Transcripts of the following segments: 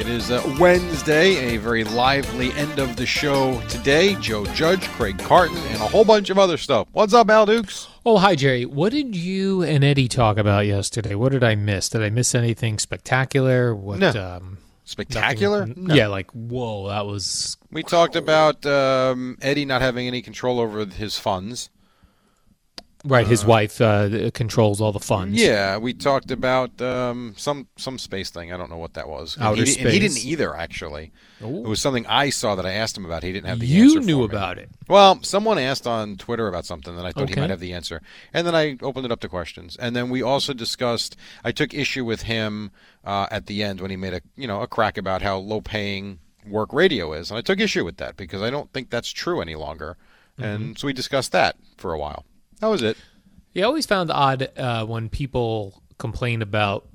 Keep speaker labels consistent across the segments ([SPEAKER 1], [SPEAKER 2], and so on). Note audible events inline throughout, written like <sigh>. [SPEAKER 1] It is uh, Wednesday, a very lively end of the show today. Joe Judge, Craig Carton, and a whole bunch of other stuff. What's up, Al Dukes?
[SPEAKER 2] Oh, hi, Jerry. What did you and Eddie talk about yesterday? What did I miss? Did I miss anything spectacular? What,
[SPEAKER 1] No.
[SPEAKER 2] um,
[SPEAKER 1] Spectacular?
[SPEAKER 2] nothing- Yeah, like, whoa, that was.
[SPEAKER 1] We talked about um, Eddie not having any control over his funds.
[SPEAKER 2] Right, his wife uh, controls all the funds.
[SPEAKER 1] Yeah, we talked about um, some some space thing. I don't know what that was. And
[SPEAKER 2] Outer
[SPEAKER 1] he, di- and he
[SPEAKER 2] space.
[SPEAKER 1] didn't either, actually.
[SPEAKER 2] Ooh.
[SPEAKER 1] It was something I saw that I asked him about. He didn't have the
[SPEAKER 2] You
[SPEAKER 1] answer.
[SPEAKER 2] knew
[SPEAKER 1] for me.
[SPEAKER 2] about it.
[SPEAKER 1] Well, someone asked on Twitter about something that I thought
[SPEAKER 2] Okay.
[SPEAKER 1] he might have the answer, and then I opened it up to questions. And then we also discussed. I took issue with him uh, at the end when he made a you know a crack about how low paying work radio is, and I took issue with that because I don't think that's true any longer.
[SPEAKER 2] Mm-hmm.
[SPEAKER 1] And so we discussed that for a while. That was it.
[SPEAKER 2] Yeah, I always found odd uh, when people complain about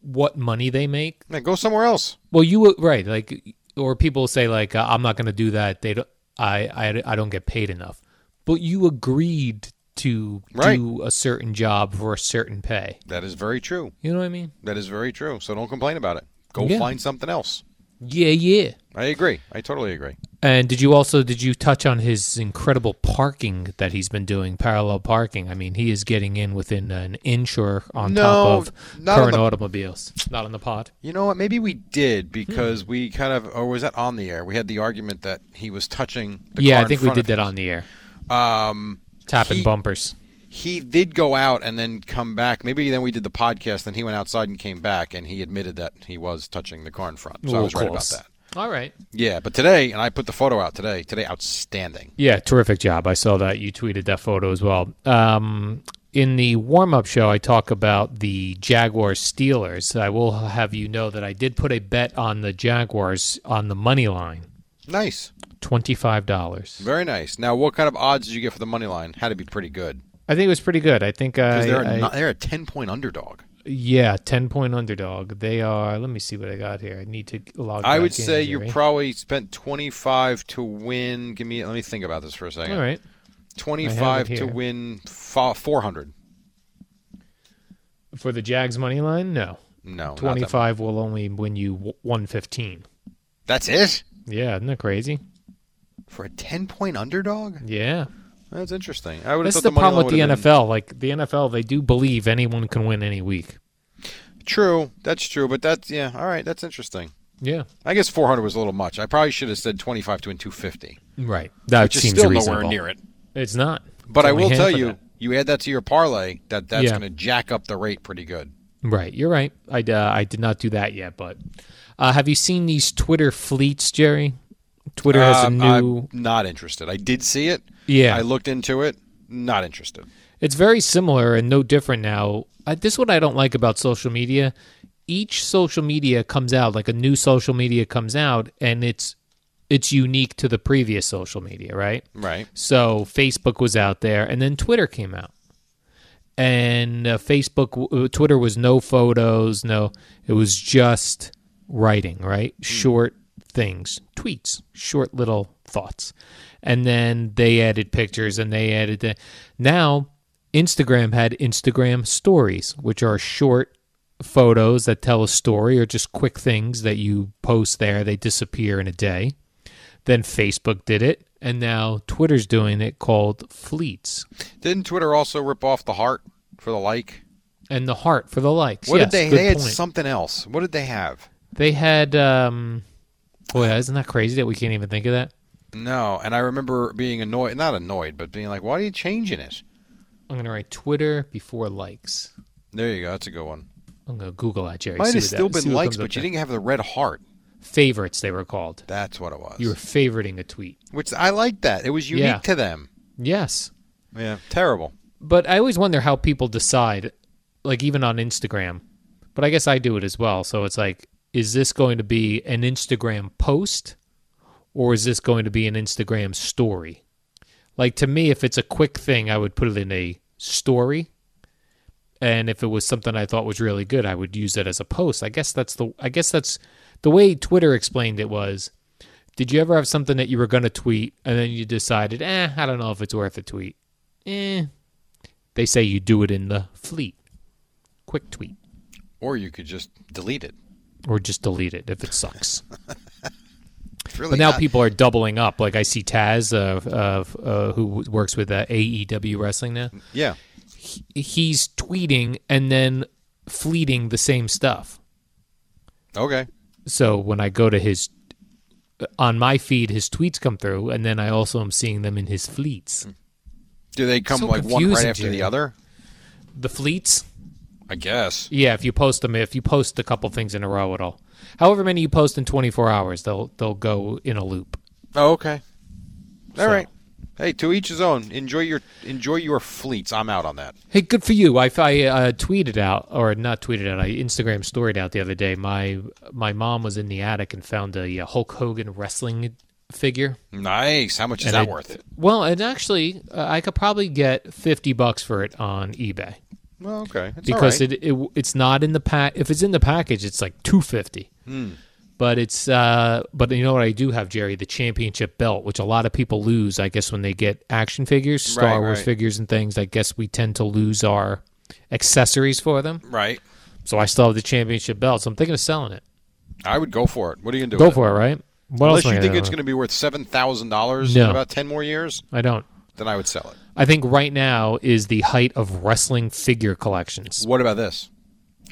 [SPEAKER 2] what money they make.
[SPEAKER 1] Now go somewhere else.
[SPEAKER 2] Well, you were right, like, or people say like, uh, "I'm not going to do that." They don't. I, I I don't get paid enough. But you agreed to
[SPEAKER 1] Right.
[SPEAKER 2] do a certain job for a certain pay.
[SPEAKER 1] That is very true.
[SPEAKER 2] You know what I mean?
[SPEAKER 1] That is very true. So don't complain about it. Go
[SPEAKER 2] Yeah.
[SPEAKER 1] find something else.
[SPEAKER 2] Yeah, yeah.
[SPEAKER 1] I agree. I totally agree.
[SPEAKER 2] And did you also did you touch on his incredible parking that he's been doing, parallel parking? I mean, he is getting in within an inch or on
[SPEAKER 1] No,
[SPEAKER 2] top of
[SPEAKER 1] not on
[SPEAKER 2] current
[SPEAKER 1] the-
[SPEAKER 2] automobiles. Not on the pod.
[SPEAKER 1] You know what? Maybe we
[SPEAKER 2] Hmm.
[SPEAKER 1] did because we kind of, or was that on the air? We had the argument that he was touching. The
[SPEAKER 2] yeah,
[SPEAKER 1] car
[SPEAKER 2] I
[SPEAKER 1] in
[SPEAKER 2] think we
[SPEAKER 1] front
[SPEAKER 2] did
[SPEAKER 1] of
[SPEAKER 2] that
[SPEAKER 1] him.
[SPEAKER 2] on the air.
[SPEAKER 1] Um,
[SPEAKER 2] Tapping
[SPEAKER 1] he-
[SPEAKER 2] bumpers.
[SPEAKER 1] he did go out and then come back. Maybe then we did the podcast. Then he went outside and came back, and he admitted that he was touching the car in front. So I
[SPEAKER 2] Well,
[SPEAKER 1] was
[SPEAKER 2] of
[SPEAKER 1] right about
[SPEAKER 2] course.
[SPEAKER 1] that.
[SPEAKER 2] All right.
[SPEAKER 1] Yeah, but today, and I put the photo out today. Today, outstanding.
[SPEAKER 2] Yeah, terrific job. I saw that you tweeted that photo as well. Um, in the warm-up show, I talk about the Jaguars Steelers. I will have you know that I did put a bet on the Jaguars on the money line,
[SPEAKER 1] Nice,
[SPEAKER 2] twenty-five dollars.
[SPEAKER 1] very nice. Now, what kind of odds did you get for the money line? Had to be pretty good
[SPEAKER 2] I think it was pretty good. I think I,
[SPEAKER 1] because they're a
[SPEAKER 2] I-
[SPEAKER 1] no- they're a ten point underdog.
[SPEAKER 2] yeah, ten-point underdog. They are. Let me see what I got here. I need to log.
[SPEAKER 1] I
[SPEAKER 2] back
[SPEAKER 1] would
[SPEAKER 2] in,
[SPEAKER 1] say you
[SPEAKER 2] Jerry.
[SPEAKER 1] probably spent 25 to win. Give me, let me think about this for a second.
[SPEAKER 2] all right.
[SPEAKER 1] 25
[SPEAKER 2] I have it
[SPEAKER 1] to
[SPEAKER 2] here.
[SPEAKER 1] win fo- 400.
[SPEAKER 2] For the Jags money line, no.
[SPEAKER 1] No, not that much.
[SPEAKER 2] Twenty-five will only win you one fifteen.
[SPEAKER 1] That's it
[SPEAKER 2] Yeah, isn't that crazy?
[SPEAKER 1] for a 10 point underdog.
[SPEAKER 2] Yeah.
[SPEAKER 1] That's interesting. I would have
[SPEAKER 2] That's
[SPEAKER 1] thought
[SPEAKER 2] the
[SPEAKER 1] the money
[SPEAKER 2] problem with
[SPEAKER 1] line
[SPEAKER 2] the
[SPEAKER 1] would've
[SPEAKER 2] NFL. Like the NFL, they do believe anyone can win any week.
[SPEAKER 1] been- True, that's true. But that's yeah. All right, that's interesting.
[SPEAKER 2] Yeah,
[SPEAKER 1] I guess 400 was a little much. I probably should have said 25 to win 250,
[SPEAKER 2] right. That
[SPEAKER 1] which is
[SPEAKER 2] seems
[SPEAKER 1] still
[SPEAKER 2] reasonable.
[SPEAKER 1] nowhere near it.
[SPEAKER 2] It's not.
[SPEAKER 1] But
[SPEAKER 2] It's
[SPEAKER 1] I
[SPEAKER 2] only
[SPEAKER 1] will
[SPEAKER 2] half
[SPEAKER 1] tell
[SPEAKER 2] of
[SPEAKER 1] you,
[SPEAKER 2] that.
[SPEAKER 1] you add that to your parlay, that that's
[SPEAKER 2] Yeah.
[SPEAKER 1] going to jack up the rate pretty good.
[SPEAKER 2] Right, you're right. I uh, I did not do that yet, but uh, have you seen these Twitter fleets, Jerry? Twitter has a
[SPEAKER 1] Um,
[SPEAKER 2] new.
[SPEAKER 1] I'm not interested. I did see it.
[SPEAKER 2] Yeah.
[SPEAKER 1] I looked into it. Not interested.
[SPEAKER 2] It's very similar and no different now. I, this is what I don't like about social media. Each social media comes out, like a new social media comes out, and it's it's unique to the previous social media, right?
[SPEAKER 1] Right.
[SPEAKER 2] So Facebook was out there, and then Twitter came out, and uh, Facebook, w- Twitter was no photos, no, it was just writing, right? Short things, tweets, short little thoughts, and then they added pictures, and they added the. Now, Instagram had Instagram stories, which are short photos that tell a story or just quick things that you post there. They disappear in a day. Then Facebook did it, and now Twitter's doing it called Fleets.
[SPEAKER 1] Didn't Twitter also rip off the heart for the like?
[SPEAKER 2] And the heart for the likes.
[SPEAKER 1] What
[SPEAKER 2] yes,
[SPEAKER 1] did they?
[SPEAKER 2] good
[SPEAKER 1] They had
[SPEAKER 2] point.
[SPEAKER 1] something else. What did they have?
[SPEAKER 2] They had. Um, boy, isn't that crazy that we can't even think of that?
[SPEAKER 1] No, and I remember being annoyed, not annoyed, but being like, why are you changing it?
[SPEAKER 2] I'm gonna write Twitter before likes.
[SPEAKER 1] There you go. That's a good one.
[SPEAKER 2] I'm gonna Google that, Jerry.
[SPEAKER 1] Might
[SPEAKER 2] see what
[SPEAKER 1] have still
[SPEAKER 2] that- see
[SPEAKER 1] been
[SPEAKER 2] what
[SPEAKER 1] likes,
[SPEAKER 2] comes up
[SPEAKER 1] but you
[SPEAKER 2] there.
[SPEAKER 1] didn't have the red heart.
[SPEAKER 2] favorites. They were called.
[SPEAKER 1] That's what it was.
[SPEAKER 2] You were favoriting a tweet.
[SPEAKER 1] Which I like that. It was unique
[SPEAKER 2] Yeah.
[SPEAKER 1] to them.
[SPEAKER 2] Yes,
[SPEAKER 1] Yeah. Terrible.
[SPEAKER 2] but I always wonder how people decide, like even on Instagram. But I guess I do it as well. So it's like, is this going to be an Instagram post, or is this going to be an Instagram story? Like to me, if it's a quick thing, I would put it in a story. And if it was something I thought was really good, I would use it as a post. I guess that's the I guess that's the way Twitter explained it was. Did you ever have something that you were going to tweet and then you decided, eh, I don't know if it's worth a tweet? Eh, they say you do it in the fleet. Quick tweet.
[SPEAKER 1] Or you could just delete it.
[SPEAKER 2] Or just delete it if it sucks.
[SPEAKER 1] It's really
[SPEAKER 2] but now
[SPEAKER 1] not-
[SPEAKER 2] people are doubling up. Like I see Taz, uh, of uh, who w- works with uh, AEW Wrestling now.
[SPEAKER 1] Yeah.
[SPEAKER 2] He's tweeting and then fleeting the same stuff.
[SPEAKER 1] Okay.
[SPEAKER 2] So when I go to his, uh, on my feed, his tweets come through, and then I also am seeing them in his fleets.
[SPEAKER 1] Do they come
[SPEAKER 2] So
[SPEAKER 1] like one right
[SPEAKER 2] confusing,
[SPEAKER 1] after
[SPEAKER 2] Jerry.
[SPEAKER 1] the other?
[SPEAKER 2] The fleets?
[SPEAKER 1] I guess.
[SPEAKER 2] Yeah, if you post them, if you post a couple things in a row, it'll. However many you post in 24 hours, they'll they'll go in a loop.
[SPEAKER 1] Oh, okay. All
[SPEAKER 2] So-
[SPEAKER 1] right. Hey, to each his own. Enjoy your enjoy your fleets. I'm out on that.
[SPEAKER 2] Hey, good for you. I, I uh, tweeted out, or not tweeted out, I Instagram storied out the other day. My my mom was in the attic and found a, uh Hulk Hogan wrestling figure.
[SPEAKER 1] Nice. How much is
[SPEAKER 2] And
[SPEAKER 1] that
[SPEAKER 2] I-
[SPEAKER 1] worth? It?
[SPEAKER 2] Well, and actually, uh, I could probably get 50 bucks for it on eBay
[SPEAKER 1] Well, okay. It's
[SPEAKER 2] because
[SPEAKER 1] all right.
[SPEAKER 2] it, it it's not in the pack. If it's in the package, it's like 250.
[SPEAKER 1] Hmm.
[SPEAKER 2] But it's uh, but you know what I do have, Jerry, the championship belt, which a lot of people lose. I guess when they get action figures, Star
[SPEAKER 1] Right,
[SPEAKER 2] Wars
[SPEAKER 1] right.
[SPEAKER 2] figures, and things. I guess we tend to lose our accessories for them.
[SPEAKER 1] right.
[SPEAKER 2] So I still have the championship belt. So I'm thinking of selling it.
[SPEAKER 1] I would go for it. What are you gonna do?
[SPEAKER 2] Go
[SPEAKER 1] with
[SPEAKER 2] for it, right? What else?
[SPEAKER 1] Unless
[SPEAKER 2] am I
[SPEAKER 1] you think
[SPEAKER 2] gonna
[SPEAKER 1] it's
[SPEAKER 2] do?
[SPEAKER 1] going to be worth seven thousand dollars in
[SPEAKER 2] No.
[SPEAKER 1] about ten more years,
[SPEAKER 2] I don't.
[SPEAKER 1] then I would sell it.
[SPEAKER 2] I think right now is the height of wrestling figure collections.
[SPEAKER 1] What about this?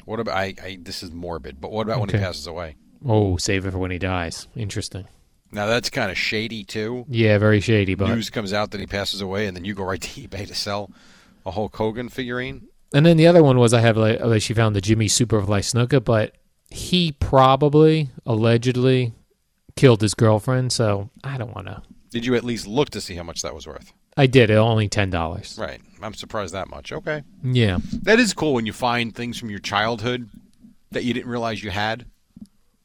[SPEAKER 1] What about I? I this is morbid, but what about when he
[SPEAKER 2] Okay.
[SPEAKER 1] passes away?
[SPEAKER 2] Oh, save it for when he dies. Interesting.
[SPEAKER 1] Now that's kind of shady too.
[SPEAKER 2] Yeah, very shady, but
[SPEAKER 1] News comes out that he passes away, and then you go right to <laughs> eBay to sell a Hulk Hogan figurine.
[SPEAKER 2] and then the other one was I have like, like she found the Jimmy Super of Lysnuka, but he probably allegedly killed his girlfriend. So I don't want to.
[SPEAKER 1] Did you at least look to see how much that was worth?
[SPEAKER 2] I did it only ten dollars.
[SPEAKER 1] Right. I'm surprised that much. Okay.
[SPEAKER 2] Yeah,
[SPEAKER 1] That is cool when you find things from your childhood that you didn't realize you had.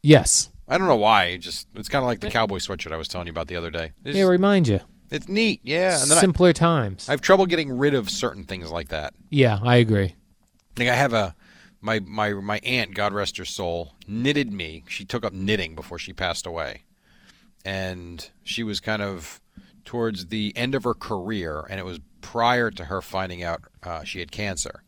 [SPEAKER 2] yes,
[SPEAKER 1] I don't know why. It just it's kind of like the cowboy sweatshirt I was telling you about the other day. It's,
[SPEAKER 2] yeah. Remind you,
[SPEAKER 1] it's neat. Yeah. And then I,
[SPEAKER 2] simpler times.
[SPEAKER 1] I have trouble getting rid of certain things like that.
[SPEAKER 2] yeah, I agree.
[SPEAKER 1] Like I have a my my my aunt, God rest her soul, knitted me. She took up knitting before she passed away, and she was kind of towards the end of her career, and it was prior to her finding out uh, she had cancer,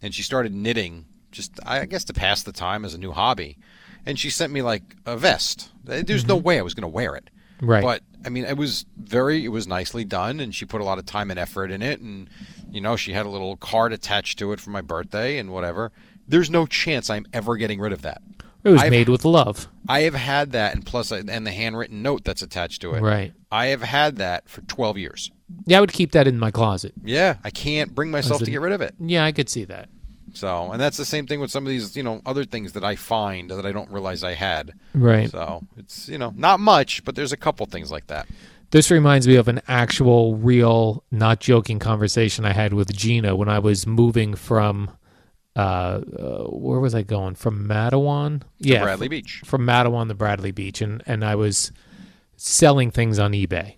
[SPEAKER 1] and she started knitting just I guess to pass the time as a new hobby, and she sent me like a vest. Uh, There's no way I was going to wear it,
[SPEAKER 2] Right.
[SPEAKER 1] But I mean, it was very, it was nicely done, and she put a lot of time and effort in it. And, you know, she had a little card attached to it for my birthday and whatever. There's no chance I'm ever getting rid of that.
[SPEAKER 2] It was
[SPEAKER 1] I've-
[SPEAKER 2] made with love.
[SPEAKER 1] I have had that, and plus, uh, and the handwritten note that's attached to it.
[SPEAKER 2] Right.
[SPEAKER 1] I have had that for 12 years.
[SPEAKER 2] Yeah, I would keep that in my closet.
[SPEAKER 1] Yeah. I can't bring myself
[SPEAKER 2] As
[SPEAKER 1] to
[SPEAKER 2] in-
[SPEAKER 1] get rid of it.
[SPEAKER 2] Yeah, I could see that.
[SPEAKER 1] So, and that's the same thing with some of these, you know, other things that I find that I don't realize I had.
[SPEAKER 2] Right.
[SPEAKER 1] So it's, you know, not much, but there's a couple things like that.
[SPEAKER 2] This reminds me of an actual, real, not joking conversation I had with Gina when I was moving from. Uh, uh, where was I going? From Mattawan? Yeah,
[SPEAKER 1] Bradley
[SPEAKER 2] fr-
[SPEAKER 1] Beach.
[SPEAKER 2] From Mattawan to Bradley Beach, and and I was selling things on eBay,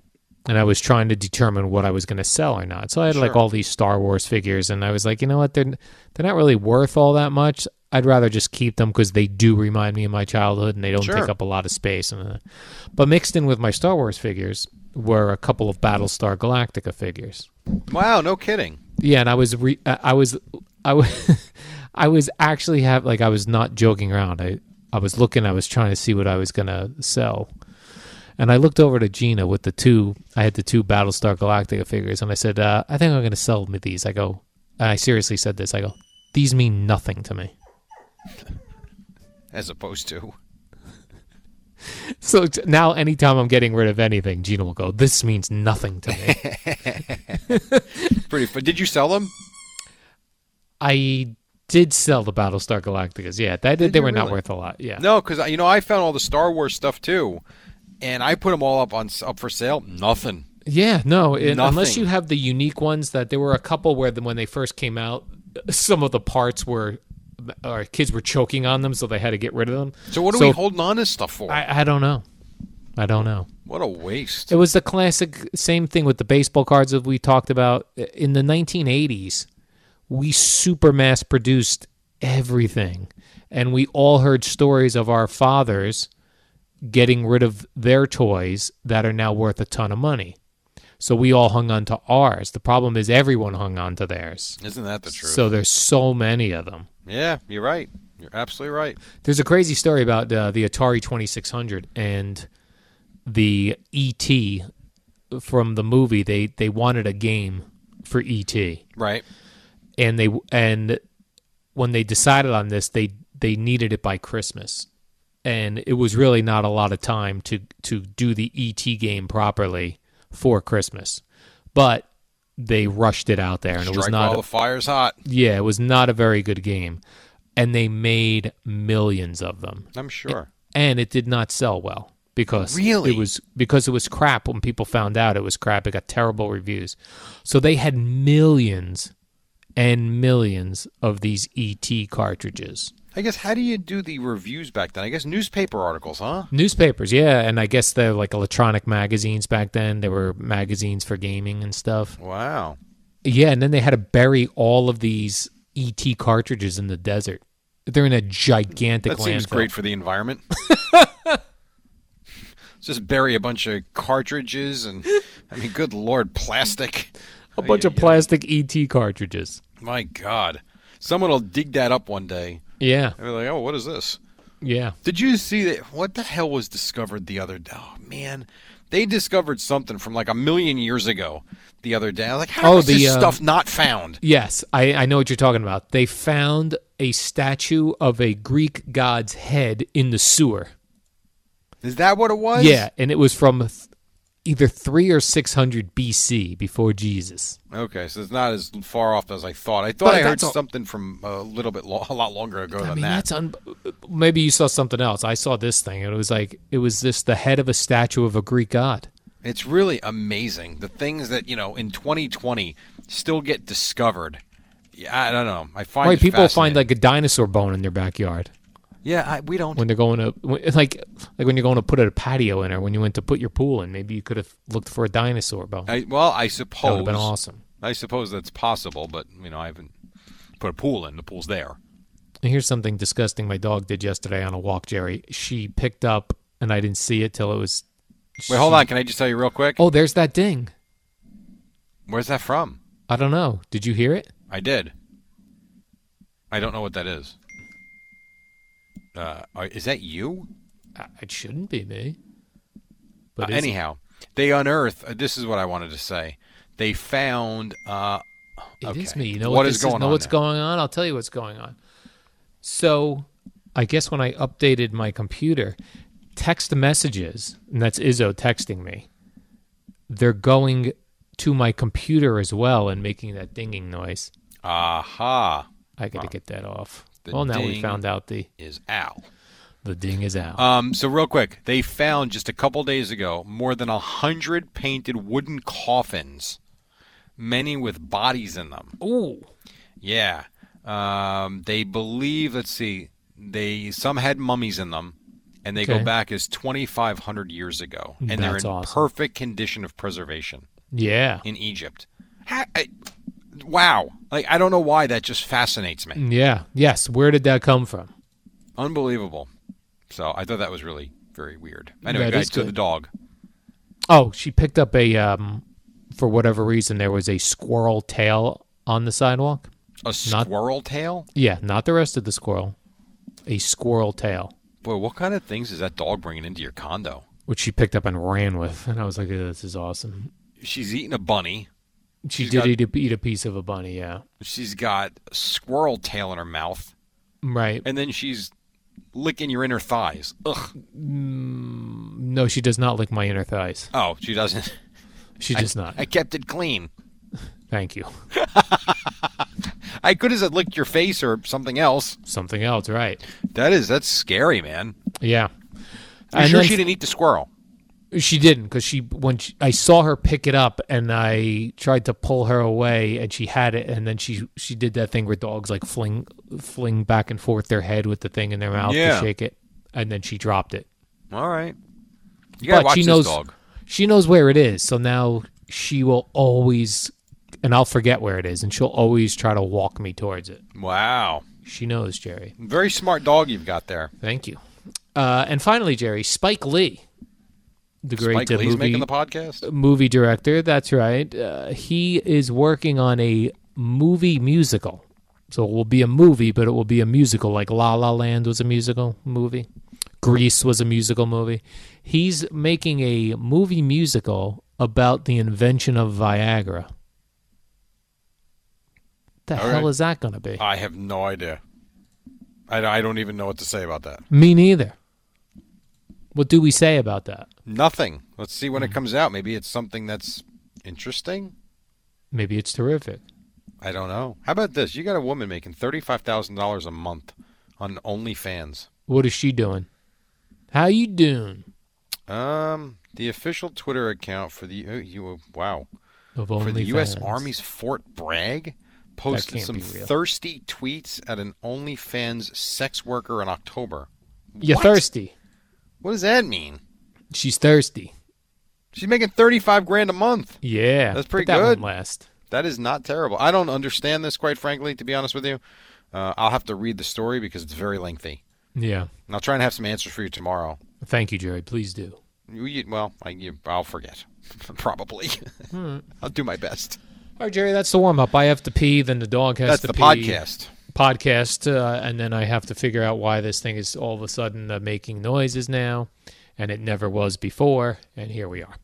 [SPEAKER 2] and I was trying to determine what I was going to sell or not. So I had like all these Star Wars figures, and I was like, you know what? They're they're not really worth all that much. I'd rather just keep them because they do remind me of my childhood, and they don't
[SPEAKER 1] Sure.
[SPEAKER 2] take up a lot of space. And uh, but mixed in with my Star Wars figures were a couple of Battlestar Galactica figures.
[SPEAKER 1] Wow. No kidding.
[SPEAKER 2] Yeah, and I was re- I I was I was <laughs> I was actually have like I was not joking around. I I was looking. I was trying to see what I was gonna sell, and I looked over to Gina with the two. I had the two Battlestar Galactica figures, and I said, uh, "I think I'm gonna sell me these." I go, and I seriously said this. I go, "These mean nothing to me."
[SPEAKER 1] As opposed to.
[SPEAKER 2] <laughs> So t- now, anytime I'm getting rid of anything, Gina will go, This means nothing to me.
[SPEAKER 1] <laughs> Pretty. Fun. Did you sell them?
[SPEAKER 2] I did sell the Battlestar Galacticas. Yeah, that, they
[SPEAKER 1] you
[SPEAKER 2] were not
[SPEAKER 1] really?
[SPEAKER 2] worth a lot. Yeah.
[SPEAKER 1] No, because you know I found all the Star Wars stuff too, and I put them all up on s- up for sale. Nothing.
[SPEAKER 2] Yeah, no, it, unless
[SPEAKER 1] Nothing.
[SPEAKER 2] you have the unique ones that there were a couple where the, when they first came out, some of the parts were or kids were choking on them, so they had to get rid of them.
[SPEAKER 1] So what are we holding on this stuff for?
[SPEAKER 2] I, I don't know. I don't know.
[SPEAKER 1] what a waste.
[SPEAKER 2] It was the classic same thing with the baseball cards that we talked about in the 1980s. We super mass produced everything, and we all heard stories of our fathers getting rid of their toys that are now worth a ton of money. So we all hung on to ours. The problem is everyone hung on to theirs.
[SPEAKER 1] Isn't that the truth?
[SPEAKER 2] So there's so many of them.
[SPEAKER 1] yeah, you're right. You're absolutely right.
[SPEAKER 2] There's a crazy story about uh, the Atari 2600 and the ET from the movie. They they wanted a game for ET,
[SPEAKER 1] Right.
[SPEAKER 2] and they and when they decided on this, they they needed it by Christmas, and it was really not a lot of time to to do the ET game properly for Christmas, but they rushed it out there, and it was
[SPEAKER 1] Strike
[SPEAKER 2] not
[SPEAKER 1] while the fire's hot.
[SPEAKER 2] yeah, it was not a very good game, and they made millions of them
[SPEAKER 1] I'm sure.
[SPEAKER 2] and it did not sell well because
[SPEAKER 1] Really?
[SPEAKER 2] it was because it was crap when people found out it was crap it got terrible reviews so they had millions and millions of these ET cartridges
[SPEAKER 1] I guess how do you do the reviews back then? I guess newspaper articles, huh?
[SPEAKER 2] newspapers yeah and i guess they're like electronic magazines back then there were magazines for gaming and stuff
[SPEAKER 1] Wow.
[SPEAKER 2] yeah and then they had to bury all of these ET cartridges in the desert they're in a gigantic
[SPEAKER 1] That seems
[SPEAKER 2] landfill.
[SPEAKER 1] great for
[SPEAKER 2] <laughs>
[SPEAKER 1] the environment. <laughs> Just bury a bunch of cartridges and I mean good lord, plastic.
[SPEAKER 2] a bunch of plastic ET cartridges
[SPEAKER 1] My god. Someone will dig that up one day
[SPEAKER 2] yeah
[SPEAKER 1] and be like, "Oh, what is this?"
[SPEAKER 2] yeah
[SPEAKER 1] Did you see that? What the hell was discovered the other day? Oh, man, they discovered something from like a million years ago the other day. I was like, how
[SPEAKER 2] Oh,
[SPEAKER 1] is this
[SPEAKER 2] the, uh,
[SPEAKER 1] stuff not found?
[SPEAKER 2] Yes, I, I know what you're talking about. They found a statue of a Greek god's head in the sewer.
[SPEAKER 1] Is that what it was?
[SPEAKER 2] Yeah, and it was from th- either three or six hundred BC before Jesus.
[SPEAKER 1] Okay, so it's not as far off as I thought. I thought
[SPEAKER 2] But
[SPEAKER 1] I heard
[SPEAKER 2] that's all-
[SPEAKER 1] something from a little bit, lo- a lot longer ago
[SPEAKER 2] I
[SPEAKER 1] than
[SPEAKER 2] mean,
[SPEAKER 1] that.
[SPEAKER 2] that's un- maybe you saw something else. I saw this thing. and It was like it was this the head of a statue of a Greek god.
[SPEAKER 1] It's really amazing the things that you know in 2020 still get discovered. Yeah, I don't know. I find
[SPEAKER 2] Right?
[SPEAKER 1] it
[SPEAKER 2] People find
[SPEAKER 1] fascinating.
[SPEAKER 2] like a dinosaur bone in their backyard
[SPEAKER 1] yeah, I, we don't.
[SPEAKER 2] when they're going to when, like like when you're going to put a patio in or when you went to put your pool in. Maybe you could have looked for a dinosaur bone.
[SPEAKER 1] I, well, I
[SPEAKER 2] that would
[SPEAKER 1] suppose
[SPEAKER 2] have been awesome.
[SPEAKER 1] I suppose that's possible, but you know, I haven't put a pool in. The pool's there.
[SPEAKER 2] Here's something disgusting my dog did yesterday on a walk, Jerry. She picked up, and I didn't see it till it was.
[SPEAKER 1] Wait, hold on. Can I just tell you real quick?
[SPEAKER 2] Oh, there's that ding.
[SPEAKER 1] Where's that from?
[SPEAKER 2] I don't know. Did you hear it?
[SPEAKER 1] I did. I don't know what that is. Uh, are- is that you?
[SPEAKER 2] I- It shouldn't be me.
[SPEAKER 1] Uh,
[SPEAKER 2] But is-
[SPEAKER 1] anyhow, they unearthed. Uh, this is what I wanted to say. They found. Uh,
[SPEAKER 2] it
[SPEAKER 1] okay.
[SPEAKER 2] is me. You know
[SPEAKER 1] What
[SPEAKER 2] what
[SPEAKER 1] is
[SPEAKER 2] this
[SPEAKER 1] going
[SPEAKER 2] Know
[SPEAKER 1] on
[SPEAKER 2] what's
[SPEAKER 1] there?
[SPEAKER 2] going on? I'll tell you what's going on. So, I guess when I updated my computer, text messages, and that's Izzo texting me. They're going to my computer as well and making that dinging noise.
[SPEAKER 1] aha
[SPEAKER 2] I got to get that off.
[SPEAKER 1] The
[SPEAKER 2] well, now we
[SPEAKER 1] ding.
[SPEAKER 2] found out the
[SPEAKER 1] is Al.
[SPEAKER 2] the ding is out.
[SPEAKER 1] Um, so real quick, they found just a couple days ago more than a hundred painted wooden coffins, many with bodies in them.
[SPEAKER 2] Ooh.
[SPEAKER 1] Yeah. Um, they believe, let's see, they some had mummies in them, and they
[SPEAKER 2] Okay.
[SPEAKER 1] go back as 2,500 years ago, and they're
[SPEAKER 2] That's
[SPEAKER 1] in
[SPEAKER 2] awesome.
[SPEAKER 1] perfect condition of preservation
[SPEAKER 2] Yeah.
[SPEAKER 1] in Egypt. Ha I, wow! Like I don't know why that just fascinates me.
[SPEAKER 2] Yeah. Yes. Where did that come from?
[SPEAKER 1] Unbelievable. So I thought that was really very weird. Anyway,
[SPEAKER 2] That
[SPEAKER 1] guys,
[SPEAKER 2] is
[SPEAKER 1] to the
[SPEAKER 2] good.
[SPEAKER 1] dog.
[SPEAKER 2] Oh, she picked up a um for whatever reason there was a squirrel tail on the sidewalk.
[SPEAKER 1] A squirrel tail?
[SPEAKER 2] Yeah, not the rest of the squirrel. A squirrel tail,
[SPEAKER 1] Boy, what kind of things is that dog bringing into your condo?
[SPEAKER 2] which she picked up and ran with, and I was like, "Ugh, "This is awesome."
[SPEAKER 1] She's eating a bunny.
[SPEAKER 2] She
[SPEAKER 1] She's
[SPEAKER 2] did
[SPEAKER 1] got-
[SPEAKER 2] eat, a, eat a piece of a bunny. Yeah.
[SPEAKER 1] She's got a squirrel tail in her mouth.
[SPEAKER 2] Right.
[SPEAKER 1] and then she's
[SPEAKER 3] licking your inner thighs. Ugh.
[SPEAKER 2] No, she does not lick my inner thighs.
[SPEAKER 3] Oh, she
[SPEAKER 1] <laughs>
[SPEAKER 3] doesn't.
[SPEAKER 2] She does not.
[SPEAKER 3] I kept it clean.
[SPEAKER 2] Thank you.
[SPEAKER 3] I could have said licked your face or something else.
[SPEAKER 2] Something else, right?
[SPEAKER 3] That is that's scary, man.
[SPEAKER 2] Yeah.
[SPEAKER 3] I'm
[SPEAKER 2] And
[SPEAKER 3] sure
[SPEAKER 2] then-
[SPEAKER 3] she didn't eat the squirrel.
[SPEAKER 2] She didn't because she when she, I saw her pick it up and I tried to pull her away and she had it and then she she did that thing where dogs like fling fling back and forth their head with the thing in their mouth
[SPEAKER 3] Yeah.
[SPEAKER 2] to shake it and then she dropped it.
[SPEAKER 3] All right. You gotta
[SPEAKER 2] but
[SPEAKER 3] watch
[SPEAKER 2] she
[SPEAKER 3] this
[SPEAKER 2] knows
[SPEAKER 3] dog.
[SPEAKER 2] she knows where it is, so now she will always and I'll forget where it is and she'll always try to walk me towards it.
[SPEAKER 3] Wow.
[SPEAKER 2] She knows, Jerry.
[SPEAKER 3] Very smart dog you've got there.
[SPEAKER 2] Thank you. Uh, and finally, Jerry Spike Lee, the great
[SPEAKER 3] Mike
[SPEAKER 2] uh,
[SPEAKER 3] Lee's
[SPEAKER 2] movie
[SPEAKER 3] making the podcast.
[SPEAKER 2] movie director. That's right. Uh, he is working on a movie musical. So it will be a movie, but it will be a musical. Like La La Land was a musical movie, Grease was a musical movie. He's making a movie musical about the invention of Viagra. The
[SPEAKER 3] All
[SPEAKER 2] hell
[SPEAKER 3] right. Uh,
[SPEAKER 2] is that going to be?
[SPEAKER 3] I have no idea. I, I don't even know what to say about that.
[SPEAKER 2] Me neither. What do we say about that?
[SPEAKER 3] Nothing. Let's see
[SPEAKER 2] Mm-hmm.
[SPEAKER 3] when it comes out. Maybe it's something that's interesting.
[SPEAKER 2] Maybe it's terrific.
[SPEAKER 3] I don't know. How about this? You got a woman making thirty-five thousand dollars a month on OnlyFans.
[SPEAKER 2] What is she doing? How you doing?
[SPEAKER 3] Um, the official Twitter account for the uh, you wow
[SPEAKER 2] Of
[SPEAKER 3] for the U.S.
[SPEAKER 2] OnlyFans.
[SPEAKER 3] Army's Fort Bragg posted
[SPEAKER 2] can't
[SPEAKER 3] some
[SPEAKER 2] be real.
[SPEAKER 3] thirsty tweets at an OnlyFans sex worker in October.
[SPEAKER 2] You're
[SPEAKER 3] What?
[SPEAKER 2] thirsty.
[SPEAKER 3] What does that mean?
[SPEAKER 2] She's thirsty.
[SPEAKER 3] She's making thirty-five grand a month.
[SPEAKER 2] Yeah,
[SPEAKER 3] That's
[SPEAKER 2] but
[SPEAKER 3] pretty
[SPEAKER 2] that
[SPEAKER 3] good.
[SPEAKER 2] won't last.
[SPEAKER 3] That is not terrible. I don't understand this, quite frankly, to be honest with you. Uh, I'll have to read the story because it's very lengthy.
[SPEAKER 2] Yeah.
[SPEAKER 3] And I'll try and have some answers for you tomorrow.
[SPEAKER 2] Thank you, Jerry. Please do.
[SPEAKER 3] You- you- well, I, you, I'll forget. <laughs> Probably.
[SPEAKER 2] Hmm.
[SPEAKER 3] <laughs> I'll do my best.
[SPEAKER 2] All right, Jerry. That's the warm up. I have to pee. Then the dog has
[SPEAKER 3] That's
[SPEAKER 2] to
[SPEAKER 3] the
[SPEAKER 2] pee.
[SPEAKER 3] podcast.
[SPEAKER 2] Podcast, uh, and then I have to figure out why this thing is all of a sudden uh, making noises now, and it never was before. And here we are.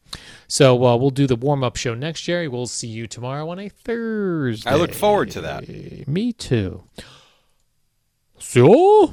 [SPEAKER 2] So uh, we'll do the warm up show next, Jerry. We'll see you tomorrow on a Thursday.
[SPEAKER 3] I look forward to that.
[SPEAKER 2] Me too. So.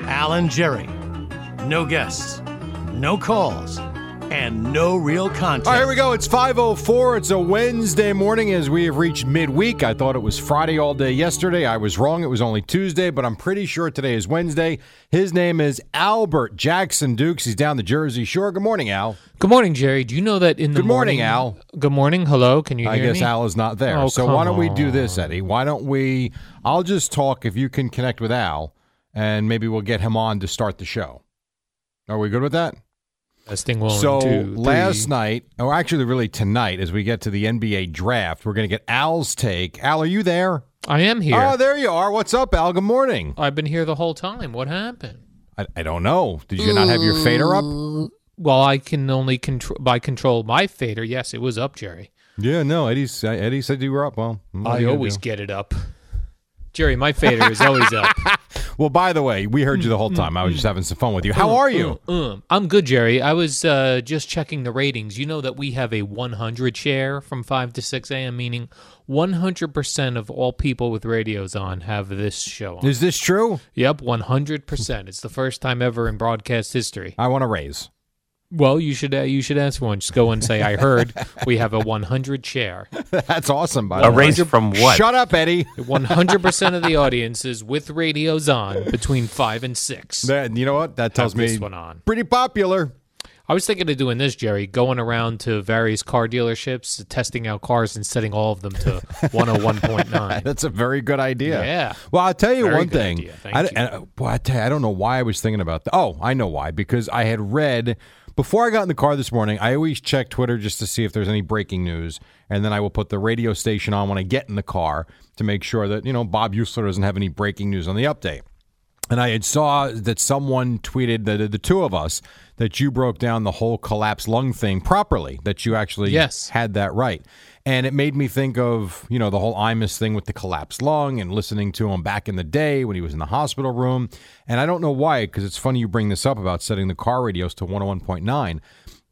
[SPEAKER 4] Alan Jerry. No guests, no calls, and no real content.
[SPEAKER 1] All right, here we go. Oh, It's 504. It's a Wednesday morning as we have reached midweek. I thought it was Friday all day yesterday. I was wrong. It was only Tuesday, but I'm pretty sure today is Wednesday. His name is Albert Jackson Dukes. He's down the Jersey Shore. Good morning, Al.
[SPEAKER 2] Good morning, Jerry. Do you know that in the
[SPEAKER 1] Good morning, Al.
[SPEAKER 2] Good morning. Hello. Can you
[SPEAKER 1] I
[SPEAKER 2] hear
[SPEAKER 1] guess
[SPEAKER 2] me?
[SPEAKER 1] Al is not there.
[SPEAKER 2] Oh,
[SPEAKER 1] so why
[SPEAKER 2] come
[SPEAKER 1] don't we do this, Eddie? Why don't we I'll just talk if you can connect with Al and maybe we'll get him on to start the show. Are we good with that?
[SPEAKER 2] Testing one,
[SPEAKER 1] so
[SPEAKER 2] two,
[SPEAKER 1] last
[SPEAKER 2] three.
[SPEAKER 1] night, or actually, really tonight, as we get to the NBA draft, we're going to get Al's take. Al, are you there?
[SPEAKER 2] I am here.
[SPEAKER 1] Oh, there you are. What's up, Al? Good morning.
[SPEAKER 2] I've been here the whole time. What happened?
[SPEAKER 1] I, I don't know. Did you not have your fader up?
[SPEAKER 2] Well, I can only control by control my fader. Yes, it was up, Jerry.
[SPEAKER 1] Yeah, no. Eddie's, Eddie said you were up. Well, mm, what are
[SPEAKER 2] I
[SPEAKER 1] you gonna
[SPEAKER 2] always
[SPEAKER 1] do?
[SPEAKER 2] get it up. Jerry, my fader is always
[SPEAKER 1] <laughs>
[SPEAKER 2] up.
[SPEAKER 1] Well, by the way, we heard you
[SPEAKER 2] <laughs>
[SPEAKER 1] the whole time. I was just having some fun with you. How are you?
[SPEAKER 2] Um, I'm good, Jerry. I was uh, just checking the ratings. You know that we have a 100 share from 5 to 6 a.m., meaning 100% of all people with radios on have this show on.
[SPEAKER 1] Is this true?
[SPEAKER 2] Yep, 100%. It's the first time ever in broadcast history.
[SPEAKER 1] I want to raise.
[SPEAKER 2] Well, you should uh, you should ask one. Just go and say, "I heard we have a 100 share.
[SPEAKER 1] That's awesome. By the way,
[SPEAKER 2] raise
[SPEAKER 5] from what?
[SPEAKER 1] Shut up, Eddie.
[SPEAKER 2] 100 percent of the audience is with radios on between five and six.
[SPEAKER 1] That- you know what? That tells
[SPEAKER 2] Have this
[SPEAKER 1] me
[SPEAKER 2] one on.
[SPEAKER 1] pretty popular.
[SPEAKER 2] I was thinking of doing this, Jerry, going around to various car dealerships, testing out cars, and setting all of them to 101.9.
[SPEAKER 1] <laughs> That's a very good idea.
[SPEAKER 2] Yeah.
[SPEAKER 1] Well, I'll tell you
[SPEAKER 2] Very
[SPEAKER 1] one
[SPEAKER 2] good
[SPEAKER 1] thing.
[SPEAKER 2] idea. Thank
[SPEAKER 1] I,
[SPEAKER 2] you.
[SPEAKER 1] and, uh, well, I, tell you, I don't know why I was thinking about that. Oh, I know why. Because I had read Before I got in the car this morning, I always check Twitter just to see if there's any breaking news, and then I will put the radio station on when I get in the car to make sure that you know Bob Usler doesn't have any breaking news on the update. And I had saw that someone tweeted that the two of us that you broke down the whole collapsed lung thing properly, that you actually
[SPEAKER 2] Yes.
[SPEAKER 1] had that right. And it made me think of, you know, the whole Imus thing with the collapsed lung and listening to him back in the day when he was in the hospital room. And I don't know why, because it's funny you bring this up about setting the car radios to 101.9.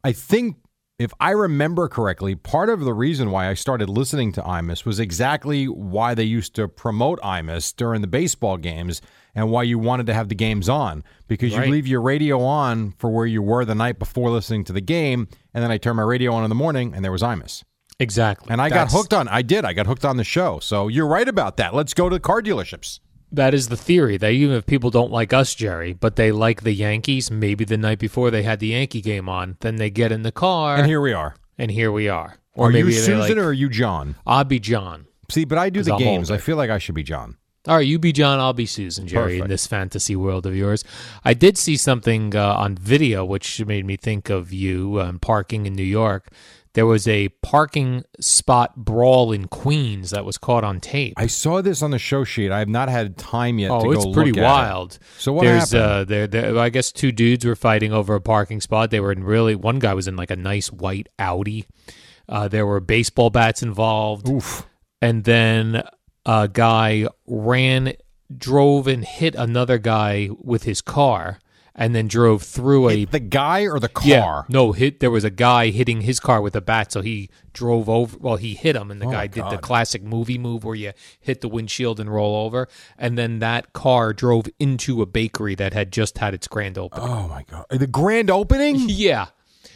[SPEAKER 1] I think, if I remember correctly, part of the reason why I started listening to Imus was exactly why they used to promote Imus during the baseball games and why you wanted to have the games on because
[SPEAKER 2] Right.
[SPEAKER 1] you leave your radio on for where you were the night before listening to the game. And then I turned my radio on in the morning and there was Imus.
[SPEAKER 2] Exactly.
[SPEAKER 1] And I
[SPEAKER 2] That's-
[SPEAKER 1] got hooked on. I did. I got hooked on the show. So you're right about that. Let's go to the car dealerships.
[SPEAKER 2] That is the theory that even if people don't like us, Jerry, but they like the Yankees, maybe the night before they had the Yankee game on, then they get in the car
[SPEAKER 1] And here we are.
[SPEAKER 2] and here we are. Uh, Or
[SPEAKER 1] Are you
[SPEAKER 2] maybe they're
[SPEAKER 1] Susan
[SPEAKER 2] like,
[SPEAKER 1] or are you John?
[SPEAKER 2] I'll be John.
[SPEAKER 1] See, but I do
[SPEAKER 2] 'Cause
[SPEAKER 1] the
[SPEAKER 2] I'm
[SPEAKER 1] games. I
[SPEAKER 2] older.
[SPEAKER 1] feel like I should be John.
[SPEAKER 2] All right, you be John, I'll be Susan, Jerry, in
[SPEAKER 1] Perfect.
[SPEAKER 2] this fantasy world of yours. I did see something uh, on video which made me think of you um, parking in New York. There was a parking spot brawl in Queens that was caught on tape.
[SPEAKER 1] I saw this on the show sheet. I have not had time yet. to
[SPEAKER 2] Oh,
[SPEAKER 1] go
[SPEAKER 2] it's pretty
[SPEAKER 1] look at it.
[SPEAKER 2] wild.
[SPEAKER 1] So what
[SPEAKER 2] There's,
[SPEAKER 1] happened?
[SPEAKER 2] Uh, there, there, I guess two dudes were fighting over a parking spot. They were in really. One guy was in like a nice white Audi. Uh, there were baseball bats involved. Oof. And then a guy ran, drove, and hit another guy with his car, and then drove through a
[SPEAKER 1] Hit the guy or the car?
[SPEAKER 2] uh, yeah. No, hit. There was a guy hitting his car with a bat, so he drove over. Well, he hit him,
[SPEAKER 1] Oh
[SPEAKER 2] and the guy did the classic movie move where you hit the windshield and roll over. And then that car drove into a bakery that had just had its grand opening.
[SPEAKER 1] Oh my god! The
[SPEAKER 2] <laughs>
[SPEAKER 1] grand opening?
[SPEAKER 2] Yeah,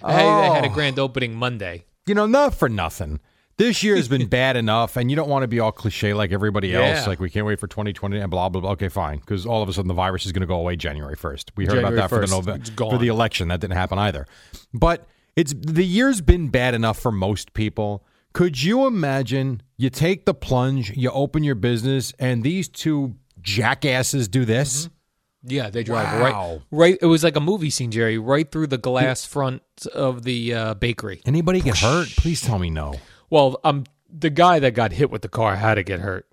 [SPEAKER 2] Hey, they
[SPEAKER 1] Oh.
[SPEAKER 2] had a grand opening Monday.
[SPEAKER 1] you know, not for nothing. This year has
[SPEAKER 2] <laughs>
[SPEAKER 1] been bad enough, and you don't want to be all cliche like everybody else.
[SPEAKER 2] Yeah.
[SPEAKER 1] Like we can't wait for 2020 and blah blah blah. Okay, fine, because all of a sudden the virus is going to go away January 1st. We heard
[SPEAKER 2] January
[SPEAKER 1] about that
[SPEAKER 2] 1st,
[SPEAKER 1] for the November
[SPEAKER 2] it's gone.
[SPEAKER 1] for the election. That didn't happen either. But it's the year's been bad enough for most people. Could you imagine? You take the plunge, you open your business, and these two jackasses do
[SPEAKER 2] Mm-hmm.
[SPEAKER 1] this.
[SPEAKER 2] Yeah, they drive
[SPEAKER 1] Wow.
[SPEAKER 2] right, right. It was like a movie scene, Jerry, right through the glass front of the uh, bakery.
[SPEAKER 1] Anybody get hurt? Please tell me no.
[SPEAKER 2] Well, um, the guy that got hit with the car had to get hurt.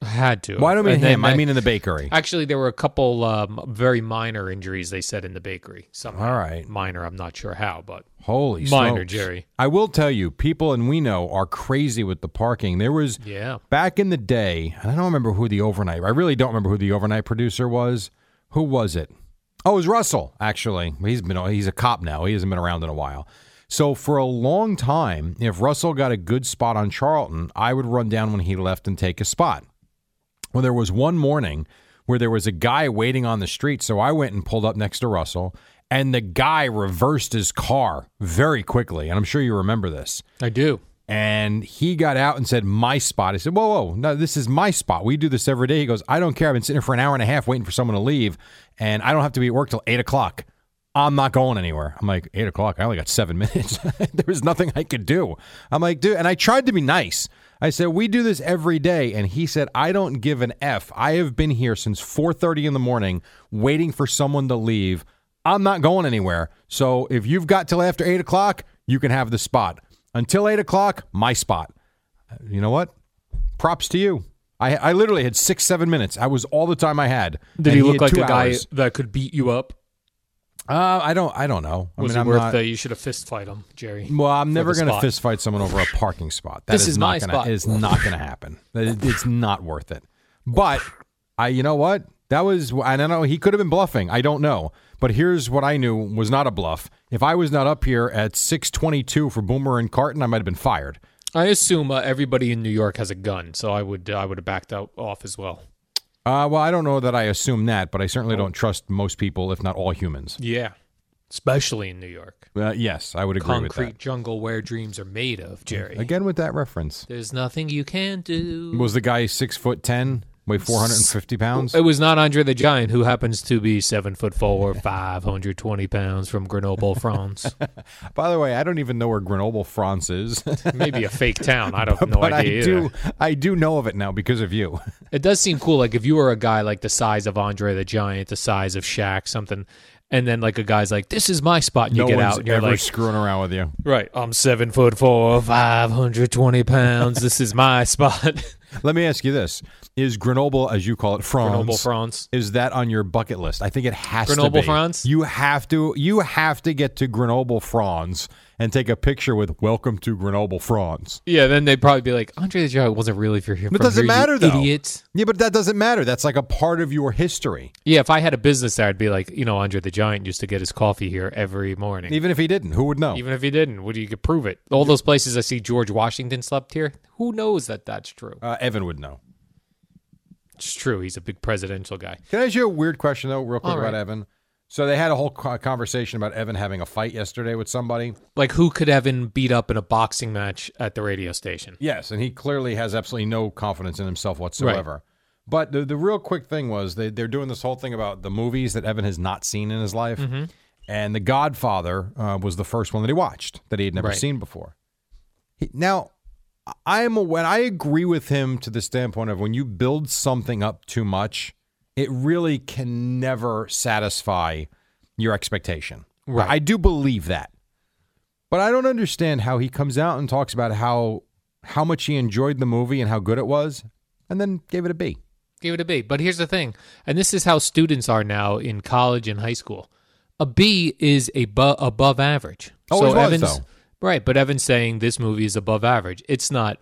[SPEAKER 2] Had to.
[SPEAKER 1] Why don't I mean
[SPEAKER 2] And then
[SPEAKER 1] him? I
[SPEAKER 2] that-
[SPEAKER 1] mean in the bakery.
[SPEAKER 2] Actually, there were a couple um, very minor injuries. They said in the bakery. Somehow.
[SPEAKER 1] All right.
[SPEAKER 2] minor. I'm not sure how, but
[SPEAKER 1] Holy
[SPEAKER 2] Minor,
[SPEAKER 1] smokes.
[SPEAKER 2] Jerry.
[SPEAKER 1] I will tell you, people and we know are crazy with the parking. There was
[SPEAKER 2] yeah,
[SPEAKER 1] back in the day, and I don't remember who the overnight. I really don't remember who the overnight producer was. Who was it? Oh, it was Russell. Actually, he's been he's a cop now. He hasn't been around in a while. So for a long time, if Russell got a good spot on Charlton, I would run down when he left and take a spot. Well, there was one morning where there was a guy waiting on the street. So I went and pulled up next to Russell, and the guy reversed his car very quickly. And I'm sure you remember this.
[SPEAKER 2] I do.
[SPEAKER 1] And he got out and said, My spot. I said, Whoa, whoa, no, this is my spot. We do this every day. He goes, I don't care. I've been sitting here for an hour and a half waiting for someone to leave, and I don't have to be at work till eight o'clock. I'm not going anywhere. I'm like, eight o'clock. I only got seven <laughs> minutes. there was nothing I could do. I'm like, dude, and I tried to be nice. I said, We do this every day. And he said, I don't give an F. I have been here since four thirty in the morning waiting for someone to leave. I'm not going anywhere. So if you've got till after eight o'clock, you can have the spot. Until eight o'clock, my spot. You know what? Props to you. I, I literally had six, seven minutes. I was all the time I had.
[SPEAKER 2] Did
[SPEAKER 1] And
[SPEAKER 2] he look
[SPEAKER 1] had
[SPEAKER 2] like a
[SPEAKER 1] two
[SPEAKER 2] guy
[SPEAKER 1] hours.
[SPEAKER 2] that could beat you up?
[SPEAKER 1] Uh, I don't. I don't know. I
[SPEAKER 2] Was
[SPEAKER 1] mean,
[SPEAKER 2] it
[SPEAKER 1] I'm
[SPEAKER 2] worth
[SPEAKER 1] not-
[SPEAKER 2] the? You should have fist fight him, Jerry.
[SPEAKER 1] Well, I'm
[SPEAKER 2] for
[SPEAKER 1] never
[SPEAKER 2] the
[SPEAKER 1] going to
[SPEAKER 2] spot.
[SPEAKER 1] fist fight someone over a parking spot. That
[SPEAKER 2] This is
[SPEAKER 1] not
[SPEAKER 2] my
[SPEAKER 1] gonna,
[SPEAKER 2] spot.
[SPEAKER 1] It is not going to happen. It- It's not worth it. But I, you know what? That was. I don't know. He could have been bluffing. I don't know. But here's what I knew was not a bluff. If I was not up here at 6:22 for Boomer and Carton, I might have been fired.
[SPEAKER 2] I assume uh, everybody in New York has a gun, so I would uh, I would have backed out off as well.
[SPEAKER 1] Uh, well, I don't know that I assume that, but I certainly don't trust most people, if not all humans.
[SPEAKER 2] Yeah, especially in New York,
[SPEAKER 1] Uh, yes, I would agree
[SPEAKER 2] concrete jungle where dreams are made of, Jerry.
[SPEAKER 1] with that. Again, with that reference,
[SPEAKER 2] There's nothing you can do.
[SPEAKER 1] was the guy six foot ten, weigh 450 pounds?
[SPEAKER 2] It was not Andre the Giant, who happens to be seven foot four, <laughs> five hundred twenty pounds from
[SPEAKER 1] <laughs>
[SPEAKER 2] Grenoble, France.
[SPEAKER 1] By the way, I don't even know where Grenoble, France is.
[SPEAKER 2] <laughs> Maybe a fake town. I don't have no
[SPEAKER 1] but
[SPEAKER 2] idea.
[SPEAKER 1] I
[SPEAKER 2] either.
[SPEAKER 1] do I do know of it now because of you.
[SPEAKER 2] It does seem cool. Like if you were a guy like the size of Andre the Giant, the size of Shaq, something, and then like a guy's like, "This is my spot," and you
[SPEAKER 1] <laughs> no
[SPEAKER 2] get
[SPEAKER 1] one's
[SPEAKER 2] out, and you're
[SPEAKER 1] ever
[SPEAKER 2] like,
[SPEAKER 1] screwing around with you.
[SPEAKER 2] "Right, I'm seven foot four, five hundred twenty pounds. this is my <laughs> spot."
[SPEAKER 1] Let me ask you this: Is Grenoble, as you call it, France?
[SPEAKER 2] Grenoble, France.
[SPEAKER 1] Is that on your bucket list? I think it has to
[SPEAKER 2] Grenoble,
[SPEAKER 1] be.
[SPEAKER 2] France?
[SPEAKER 1] You have to. You have to get to Grenoble, France, and take a picture with "Welcome to Grenoble, France."
[SPEAKER 2] yeah, then they'd probably be like, "Andre the Giant wasn't really if you're here."
[SPEAKER 1] But it
[SPEAKER 2] from
[SPEAKER 1] doesn't
[SPEAKER 2] here, you
[SPEAKER 1] matter, though.
[SPEAKER 2] idiot.
[SPEAKER 1] Yeah, but that doesn't matter. That's like a part of your history,
[SPEAKER 2] Yeah, if I had a business there, I'd be like, you know, Andre the Giant used to get his coffee here every morning. Even,
[SPEAKER 1] even if he didn't. Who would know?
[SPEAKER 2] if he didn't, what do you could prove it? All those places I see George Washington slept here. Who knows that that's true?
[SPEAKER 1] uh, Evan would know.
[SPEAKER 2] It's true. He's a big presidential guy.
[SPEAKER 1] Can I ask you a weird question though, real quick
[SPEAKER 2] All
[SPEAKER 1] about
[SPEAKER 2] right.
[SPEAKER 1] Evan? So they had a whole co- conversation about Evan having a fight yesterday with somebody.
[SPEAKER 2] Like, who could Evan beat up in a boxing match at the radio station?
[SPEAKER 1] Yes, and he clearly has absolutely no confidence in himself whatsoever. But the, the real quick thing was they, they're doing this whole thing about the movies that Evan has not seen in his life.
[SPEAKER 2] Mm-hmm.
[SPEAKER 1] And The Godfather uh, was the first one that he watched that he had never
[SPEAKER 2] Right.
[SPEAKER 1] seen before. He, now, I am when I agree with him to the standpoint of when you build something up too much, it really can never satisfy your expectation.
[SPEAKER 2] Right.
[SPEAKER 1] I do believe that. But I don't understand how he comes out and talks about how how much he enjoyed the movie and how good it was, and then gave it a B.
[SPEAKER 2] Give it a B. But here's the thing, and this is how students are now in college and high school. A B is a bu- above average.
[SPEAKER 1] Always Oh, was,
[SPEAKER 2] Evan's
[SPEAKER 1] though.
[SPEAKER 2] right, but Evan's saying this movie is above average. It's not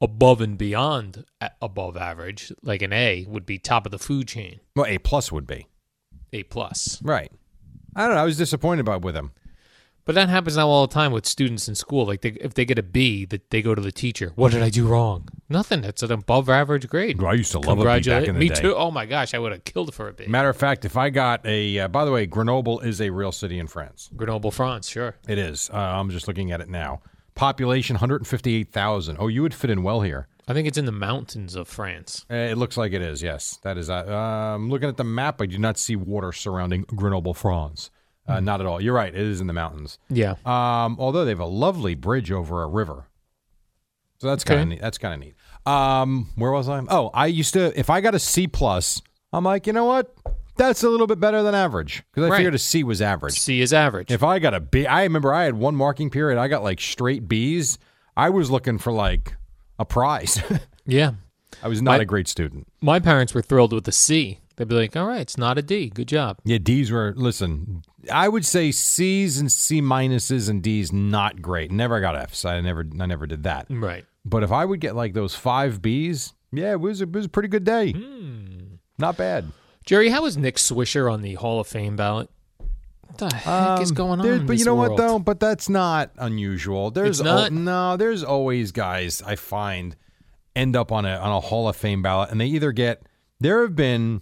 [SPEAKER 2] above and beyond a- above average. Like an A would be top of the food chain,
[SPEAKER 1] Well, A plus would be
[SPEAKER 2] A plus.
[SPEAKER 1] right. I don't know. I was disappointed about with him.
[SPEAKER 2] But that happens now all the time with students in school. Like they, if they get a B, that they go to the teacher. What did I do wrong? Nothing. That's an above average grade.
[SPEAKER 1] I used to love a B back
[SPEAKER 2] Congratulate-
[SPEAKER 1] in the
[SPEAKER 2] Me
[SPEAKER 1] day.
[SPEAKER 2] too. Oh my gosh, I would have killed for a B.
[SPEAKER 1] Matter of fact, if I got a, uh, by the way, Grenoble is a real city in France.
[SPEAKER 2] Grenoble, France. Sure.
[SPEAKER 1] It is. Uh, I'm just looking at it now. Population 158,000. Oh, you would fit in well here.
[SPEAKER 2] I think it's in the mountains of France.
[SPEAKER 1] Uh, it looks like it is. Yes, that is. Uh, um, looking at the map, I do not see water surrounding Grenoble, France. Uh,
[SPEAKER 2] Hmm.
[SPEAKER 1] Not at all. You're right. It is in the mountains.
[SPEAKER 2] Yeah.
[SPEAKER 1] Um, although they have a lovely bridge over a river, so that's kind of
[SPEAKER 2] Okay.
[SPEAKER 1] neat. that's kind of neat. Um, where was I? Oh, I used to. If I got a C plus, I'm like, you know what? That's a little bit better than average because I
[SPEAKER 2] Right.
[SPEAKER 1] figured a C was average.
[SPEAKER 2] C is average.
[SPEAKER 1] If I got a B, I remember I had one marking period. I got like straight Bs. I was looking for like a prize. <laughs>
[SPEAKER 2] yeah.
[SPEAKER 1] I was not
[SPEAKER 2] My-
[SPEAKER 1] a great student.
[SPEAKER 2] My parents were thrilled with the C. They'd be like, all right, it's not a D. Good job.
[SPEAKER 1] Yeah, D's were. Listen, I would say C's and C minuses and D's not great. Never got F's. I never, I never did that.
[SPEAKER 2] Right.
[SPEAKER 1] But if I would get like those five B's, yeah, it was a, it was a pretty good day. Not bad.
[SPEAKER 2] Jerry, how is Nick Swisher on the Hall of Fame ballot? What the heck is
[SPEAKER 1] Um,
[SPEAKER 2] going on?
[SPEAKER 1] there-
[SPEAKER 2] in
[SPEAKER 1] but you
[SPEAKER 2] this
[SPEAKER 1] know what
[SPEAKER 2] world?
[SPEAKER 1] though? But that's not unusual. There's
[SPEAKER 2] It's
[SPEAKER 1] al-
[SPEAKER 2] not?
[SPEAKER 1] no, there's always guys I find end up on a on a Hall of Fame ballot, and they either get there have been.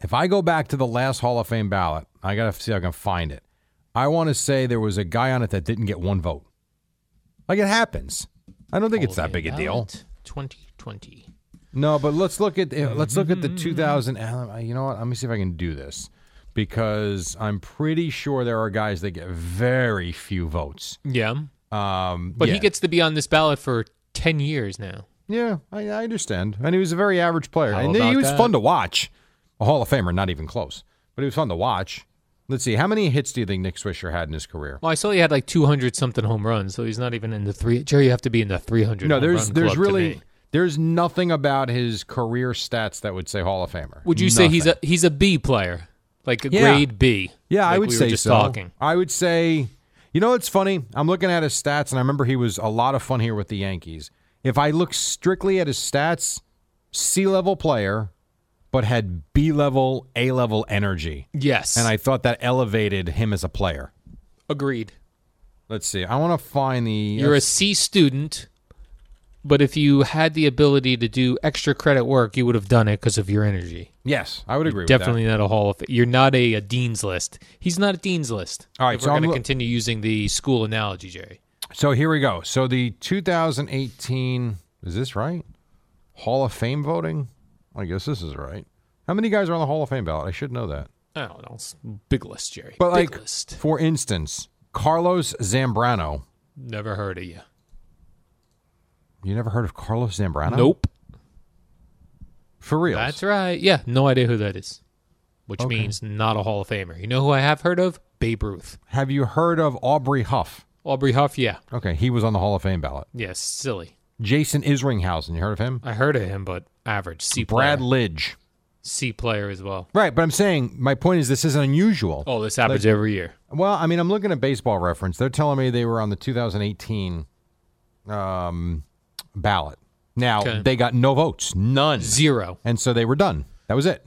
[SPEAKER 1] If I go back to the last Hall of Fame ballot, I gotta see if I can find it. I want to say there was a guy on it that didn't get one vote. Like it happens. I don't think it's
[SPEAKER 2] Hall
[SPEAKER 1] that
[SPEAKER 2] of
[SPEAKER 1] big a
[SPEAKER 2] Fame
[SPEAKER 1] deal.
[SPEAKER 2] ballot 2020.
[SPEAKER 1] No, but let's look at
[SPEAKER 2] Mm-hmm.
[SPEAKER 1] let's look at the 2000. uh, You know what? Let me see if I can do this because I'm pretty sure there are guys that get very few votes.
[SPEAKER 2] Yeah.
[SPEAKER 1] Um,
[SPEAKER 2] But
[SPEAKER 1] yeah.
[SPEAKER 2] he gets to be on this ballot for 10 years now.
[SPEAKER 1] yeah, I, I understand, and he was a very average player.
[SPEAKER 2] How
[SPEAKER 1] and he
[SPEAKER 2] about
[SPEAKER 1] was
[SPEAKER 2] that?
[SPEAKER 1] fun to watch. A Hall of Famer, not even close, but he was fun to watch. Let's see, how many hits do you think Nick Swisher had in his career?
[SPEAKER 2] Well, I saw he had like 200 something home runs, so he's not even in the three. Jerry, you have to be in the 300.
[SPEAKER 1] No,
[SPEAKER 2] home
[SPEAKER 1] there's
[SPEAKER 2] run
[SPEAKER 1] there's
[SPEAKER 2] club to
[SPEAKER 1] really
[SPEAKER 2] me.
[SPEAKER 1] there's nothing about his career stats that would say Hall of Famer.
[SPEAKER 2] Would you say he's
[SPEAKER 1] Nothing.
[SPEAKER 2] a he's a B player, like a
[SPEAKER 1] Yeah.
[SPEAKER 2] grade B?
[SPEAKER 1] Yeah, I
[SPEAKER 2] like
[SPEAKER 1] would
[SPEAKER 2] we
[SPEAKER 1] say
[SPEAKER 2] were just
[SPEAKER 1] so.
[SPEAKER 2] Talking.
[SPEAKER 1] I would say, you know, it's funny. I'm looking at his stats, and I remember he was a lot of fun here with the Yankees. If I look strictly at his stats, C level player, but had B level, A level energy,
[SPEAKER 2] Yes,
[SPEAKER 1] and I thought that elevated him as a player.
[SPEAKER 2] agreed.
[SPEAKER 1] Let's see. I want to find the.
[SPEAKER 2] You're a C student, but if you had the ability to do extra credit work, you would have done it because of your energy.
[SPEAKER 1] yes, I would agree.
[SPEAKER 2] Definitely
[SPEAKER 1] With
[SPEAKER 2] not a Hall of. You're not a, a dean's list. He's not a dean's list.
[SPEAKER 1] All right,
[SPEAKER 2] if
[SPEAKER 1] so
[SPEAKER 2] we're
[SPEAKER 1] I'm
[SPEAKER 2] going to
[SPEAKER 1] lo-
[SPEAKER 2] continue using the school analogy, Jerry.
[SPEAKER 1] that. So here we go. So the 2018 is this right? Hall of Fame voting. I guess this is right. How many guys are on the Hall of Fame ballot? I should know that.
[SPEAKER 2] I don't know. It's Big list, Jerry.
[SPEAKER 1] But
[SPEAKER 2] big
[SPEAKER 1] like,
[SPEAKER 2] list.
[SPEAKER 1] for instance, Carlos Zambrano.
[SPEAKER 2] Never heard of you.
[SPEAKER 1] You never heard of Carlos Zambrano?
[SPEAKER 2] Nope.
[SPEAKER 1] For real?
[SPEAKER 2] That's right. Yeah, no idea who that is. which means not a Hall of Famer. You know who I have heard of? Babe Ruth.
[SPEAKER 1] Have you heard of Aubrey Huff?
[SPEAKER 2] Aubrey Huff, yeah.
[SPEAKER 1] Okay, he was on the Hall of Fame ballot.
[SPEAKER 2] Yes, silly.
[SPEAKER 1] Jason Isringhausen, you heard of him?
[SPEAKER 2] I heard of him, but average. C
[SPEAKER 1] Brad
[SPEAKER 2] player.
[SPEAKER 1] Lidge.
[SPEAKER 2] C player as well.
[SPEAKER 1] Right, but I'm saying my point is this isn't unusual.
[SPEAKER 2] Oh, this happens every year.
[SPEAKER 1] Well, I mean, I'm looking at baseball reference. They're telling me they were on the 2018 um, ballot. Now,
[SPEAKER 2] Okay.
[SPEAKER 1] they got no votes, none.
[SPEAKER 2] Zero.
[SPEAKER 1] And so they were done. That was it.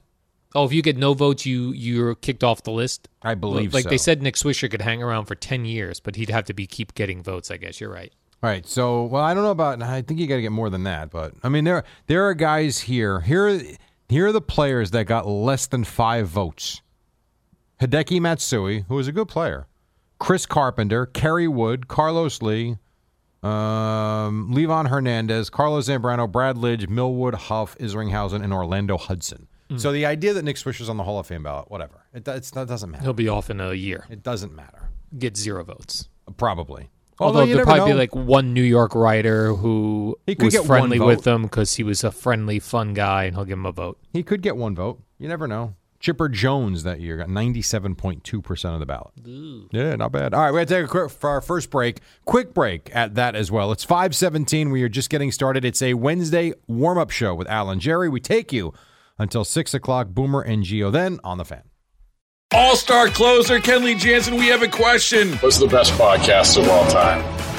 [SPEAKER 2] Oh, if you get no votes, you you're kicked off the list.
[SPEAKER 1] I believe
[SPEAKER 2] Like
[SPEAKER 1] so.
[SPEAKER 2] they said, Nick Swisher could hang around for ten years, but he'd have to be keep getting votes. I guess you're right.
[SPEAKER 1] All right. So, well, I don't know about. I think you got to get more than that. But I mean, there there are guys here. Here, here are the players that got less than five votes. Hideki Matsui, who was a good player, Chris Carpenter, Kerry Wood, Carlos Lee, um, Levon Hernandez, Carlos Zambrano, Brad Lidge, Millwood, Huff, Isringhausen, and Orlando Hudson.
[SPEAKER 2] Hmm.
[SPEAKER 1] So the idea that Nick Swisher's on the Hall of Fame ballot, whatever, it, do- it's, it doesn't matter.
[SPEAKER 2] He'll be off in a year.
[SPEAKER 1] It doesn't matter.
[SPEAKER 2] Get zero votes.
[SPEAKER 1] Probably.
[SPEAKER 2] Although,
[SPEAKER 1] you
[SPEAKER 2] there'll
[SPEAKER 1] never
[SPEAKER 2] probably
[SPEAKER 1] know.
[SPEAKER 2] be like one New York writer who
[SPEAKER 1] He could
[SPEAKER 2] was
[SPEAKER 1] get one
[SPEAKER 2] friendly
[SPEAKER 1] vote.
[SPEAKER 2] with them because he was a friendly, fun guy, and he'll give him a vote.
[SPEAKER 1] He could get one vote. You never know. Chipper Jones that year got 97.2% of the ballot. Yeah, not bad. All right, we got to take a quick for our first break. Quick break at that as well. It's 517. We are just getting started. It's a Wednesday warm up show with Alan Jerry. We take you until 6 o'clock. Boomer and Geo then on the fan.
[SPEAKER 6] All star closer Kenley Jansen, we have a question.
[SPEAKER 5] What's the best podcast of all time?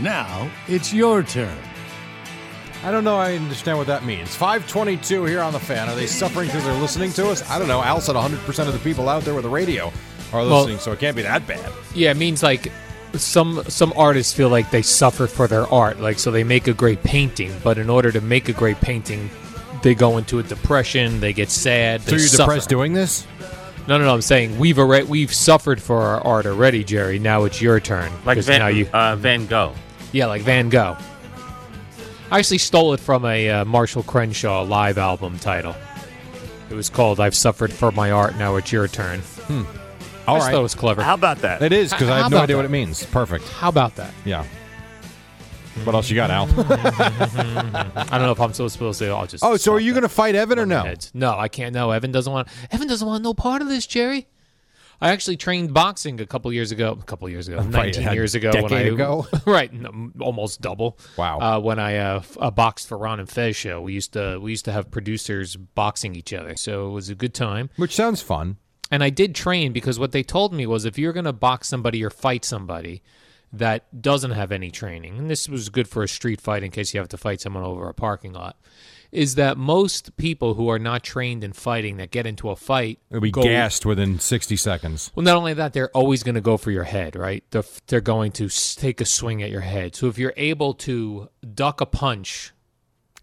[SPEAKER 4] Now it's your turn.
[SPEAKER 1] I don't know. I understand what that means. 522 here on the fan. Are they suffering because they're listening to us? I don't know. Al said 100% of the people out there with a radio are
[SPEAKER 2] Well-
[SPEAKER 1] listening, so it can't be that bad.
[SPEAKER 2] Yeah, it means like some some artists feel like they suffer for their art, like so they make a great painting, but in order to make a great painting, they go into a depression, they get sad.
[SPEAKER 1] So
[SPEAKER 2] they
[SPEAKER 1] you're depressed
[SPEAKER 2] suffer.
[SPEAKER 1] doing this?
[SPEAKER 2] No, no, no. I'm saying we've already we've suffered for our art already, Jerry. Now it's your turn.
[SPEAKER 7] Like
[SPEAKER 2] 'Cause
[SPEAKER 7] Van,
[SPEAKER 2] now you,
[SPEAKER 7] uh, Van Gogh.
[SPEAKER 2] yeah, like Van Gogh. I actually stole it from a uh, Marshall Crenshaw live album title. It was called "I've Suffered for My Art." Now it's your turn. I
[SPEAKER 1] All
[SPEAKER 2] just
[SPEAKER 1] right.
[SPEAKER 2] thought it was clever.
[SPEAKER 7] How about that?
[SPEAKER 1] It is because I
[SPEAKER 2] How
[SPEAKER 1] have no
[SPEAKER 2] about
[SPEAKER 1] idea
[SPEAKER 2] that?
[SPEAKER 1] what it means. Perfect.
[SPEAKER 2] How about that?
[SPEAKER 1] Yeah. What else you got, Al?
[SPEAKER 2] I don't know if I'm so supposed to. I'll just.
[SPEAKER 1] <laughs> oh, so are
[SPEAKER 2] stop
[SPEAKER 1] you
[SPEAKER 2] that.
[SPEAKER 1] going to fight Evan or no?
[SPEAKER 2] heads. No, I can't. No, Evan doesn't want. Evan doesn't want no part of this, Jerry. I actually trained boxing a couple years ago. A couple years
[SPEAKER 1] <laughs>
[SPEAKER 2] ago, nineteen
[SPEAKER 1] a
[SPEAKER 2] years ago. when I,
[SPEAKER 1] decade ago.
[SPEAKER 2] <laughs> right, no, almost double.
[SPEAKER 1] Wow.
[SPEAKER 2] Uh, when I uh, f- uh, boxed for Ron and Fez show, we used to we used to have producers boxing each other, so it was a good time.
[SPEAKER 1] Which sounds fun.
[SPEAKER 2] And I did train because what they told me was if you're going to box somebody or fight somebody that doesn't have any training, and this was good for a street fight in case you have to fight someone over a parking lot, is that most people who are not trained in fighting that get into a fight
[SPEAKER 1] It'll be
[SPEAKER 2] go-
[SPEAKER 1] gassed within 60 seconds.
[SPEAKER 2] Well, not only that, they're always going to go for your head, right? They're, they're going to s- take a swing at your head. So if you're able to duck a punch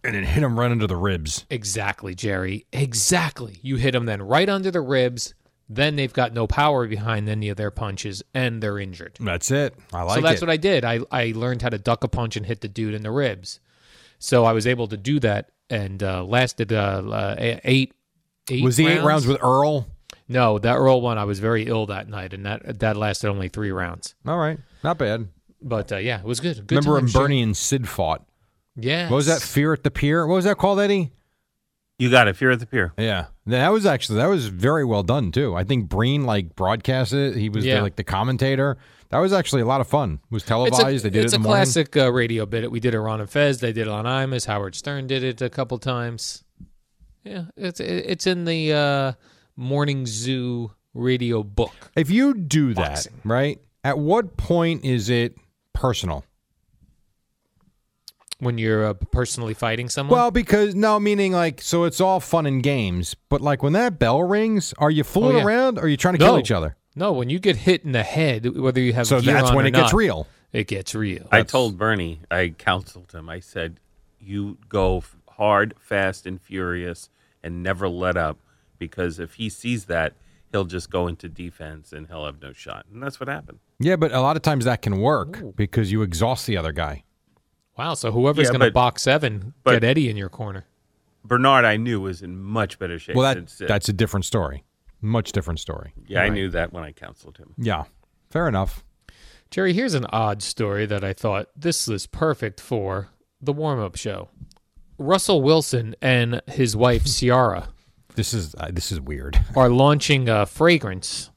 [SPEAKER 1] And then hit him right under the ribs.
[SPEAKER 2] Exactly, Jerry. Exactly. You hit them then right under the ribs. Then they've got no power behind any of their punches, and they're injured.
[SPEAKER 1] That's it. I like
[SPEAKER 2] so that's
[SPEAKER 1] it.
[SPEAKER 2] what I did. I, I learned how to duck a punch and hit the dude in the ribs. So I was able to do that and uh, lasted uh, uh, eight. Eight
[SPEAKER 1] was the eight rounds with Earl?
[SPEAKER 2] no that roll one. I was very ill that night, and that that lasted only three rounds.
[SPEAKER 1] All right. Not bad.
[SPEAKER 2] But uh, yeah, it was good. good
[SPEAKER 1] Remember when
[SPEAKER 2] time, Jerry.
[SPEAKER 1] Bernie and Sid fought?
[SPEAKER 2] Yeah.
[SPEAKER 1] What was that? Fear at the Pier? What was that called, Eddie?
[SPEAKER 7] You got it. Fear at the pier.
[SPEAKER 1] Yeah. That was actually, that was very well done, too. I think Breen, like, broadcasted it. He was the,
[SPEAKER 2] Yeah.
[SPEAKER 1] like the commentator. That was actually a lot of fun. It was televised.
[SPEAKER 2] It's a,
[SPEAKER 1] they did
[SPEAKER 2] it's
[SPEAKER 1] it in
[SPEAKER 2] a
[SPEAKER 1] the morning.
[SPEAKER 2] classic uh, radio bit. We did it on Fez. They did it on Imus. Howard Stern did it a couple times. Yeah, it's it's in the uh, Morning Zoo radio book.
[SPEAKER 1] If you do that,
[SPEAKER 2] Boxing.
[SPEAKER 1] right? At what point is it personal?
[SPEAKER 2] When you're uh, personally fighting someone,
[SPEAKER 1] Well, because no, meaning like so it's all fun and games, but like when that bell rings, are you fooling
[SPEAKER 2] Oh, yeah.
[SPEAKER 1] around? Or are you trying to
[SPEAKER 2] No.
[SPEAKER 1] kill each other?
[SPEAKER 2] no. When you get hit in the head, whether you have
[SPEAKER 1] So
[SPEAKER 2] gear
[SPEAKER 1] that's
[SPEAKER 2] on
[SPEAKER 1] when
[SPEAKER 2] or
[SPEAKER 1] it gets
[SPEAKER 2] not,
[SPEAKER 1] real.
[SPEAKER 2] It gets real.
[SPEAKER 7] I told Bernie, I counseled him. I said, you go f- hard, fast, and furious, and never let up, because if he sees that, he'll just go into defense and he'll have no shot. And that's what happened.
[SPEAKER 1] Yeah, but a lot of times that can work because you exhaust the other guy.
[SPEAKER 2] Wow. So whoever's
[SPEAKER 7] Yeah,
[SPEAKER 2] going to
[SPEAKER 7] but-
[SPEAKER 2] box seven,
[SPEAKER 7] but-
[SPEAKER 2] get Eddie in your corner.
[SPEAKER 7] Bernard, I knew, was in much better shape.
[SPEAKER 1] well,
[SPEAKER 7] than
[SPEAKER 1] that
[SPEAKER 7] Sid.
[SPEAKER 1] that's a different story. Much different story.
[SPEAKER 7] yeah, I
[SPEAKER 1] Right.
[SPEAKER 7] knew that when I counseled him.
[SPEAKER 1] Yeah, fair enough.
[SPEAKER 2] Jerry, here's an odd story that I thought this is perfect for the warm up show. Russell Wilson and his wife, Ciara,
[SPEAKER 1] This is uh, this is weird. <laughs>
[SPEAKER 2] are launching a fragrance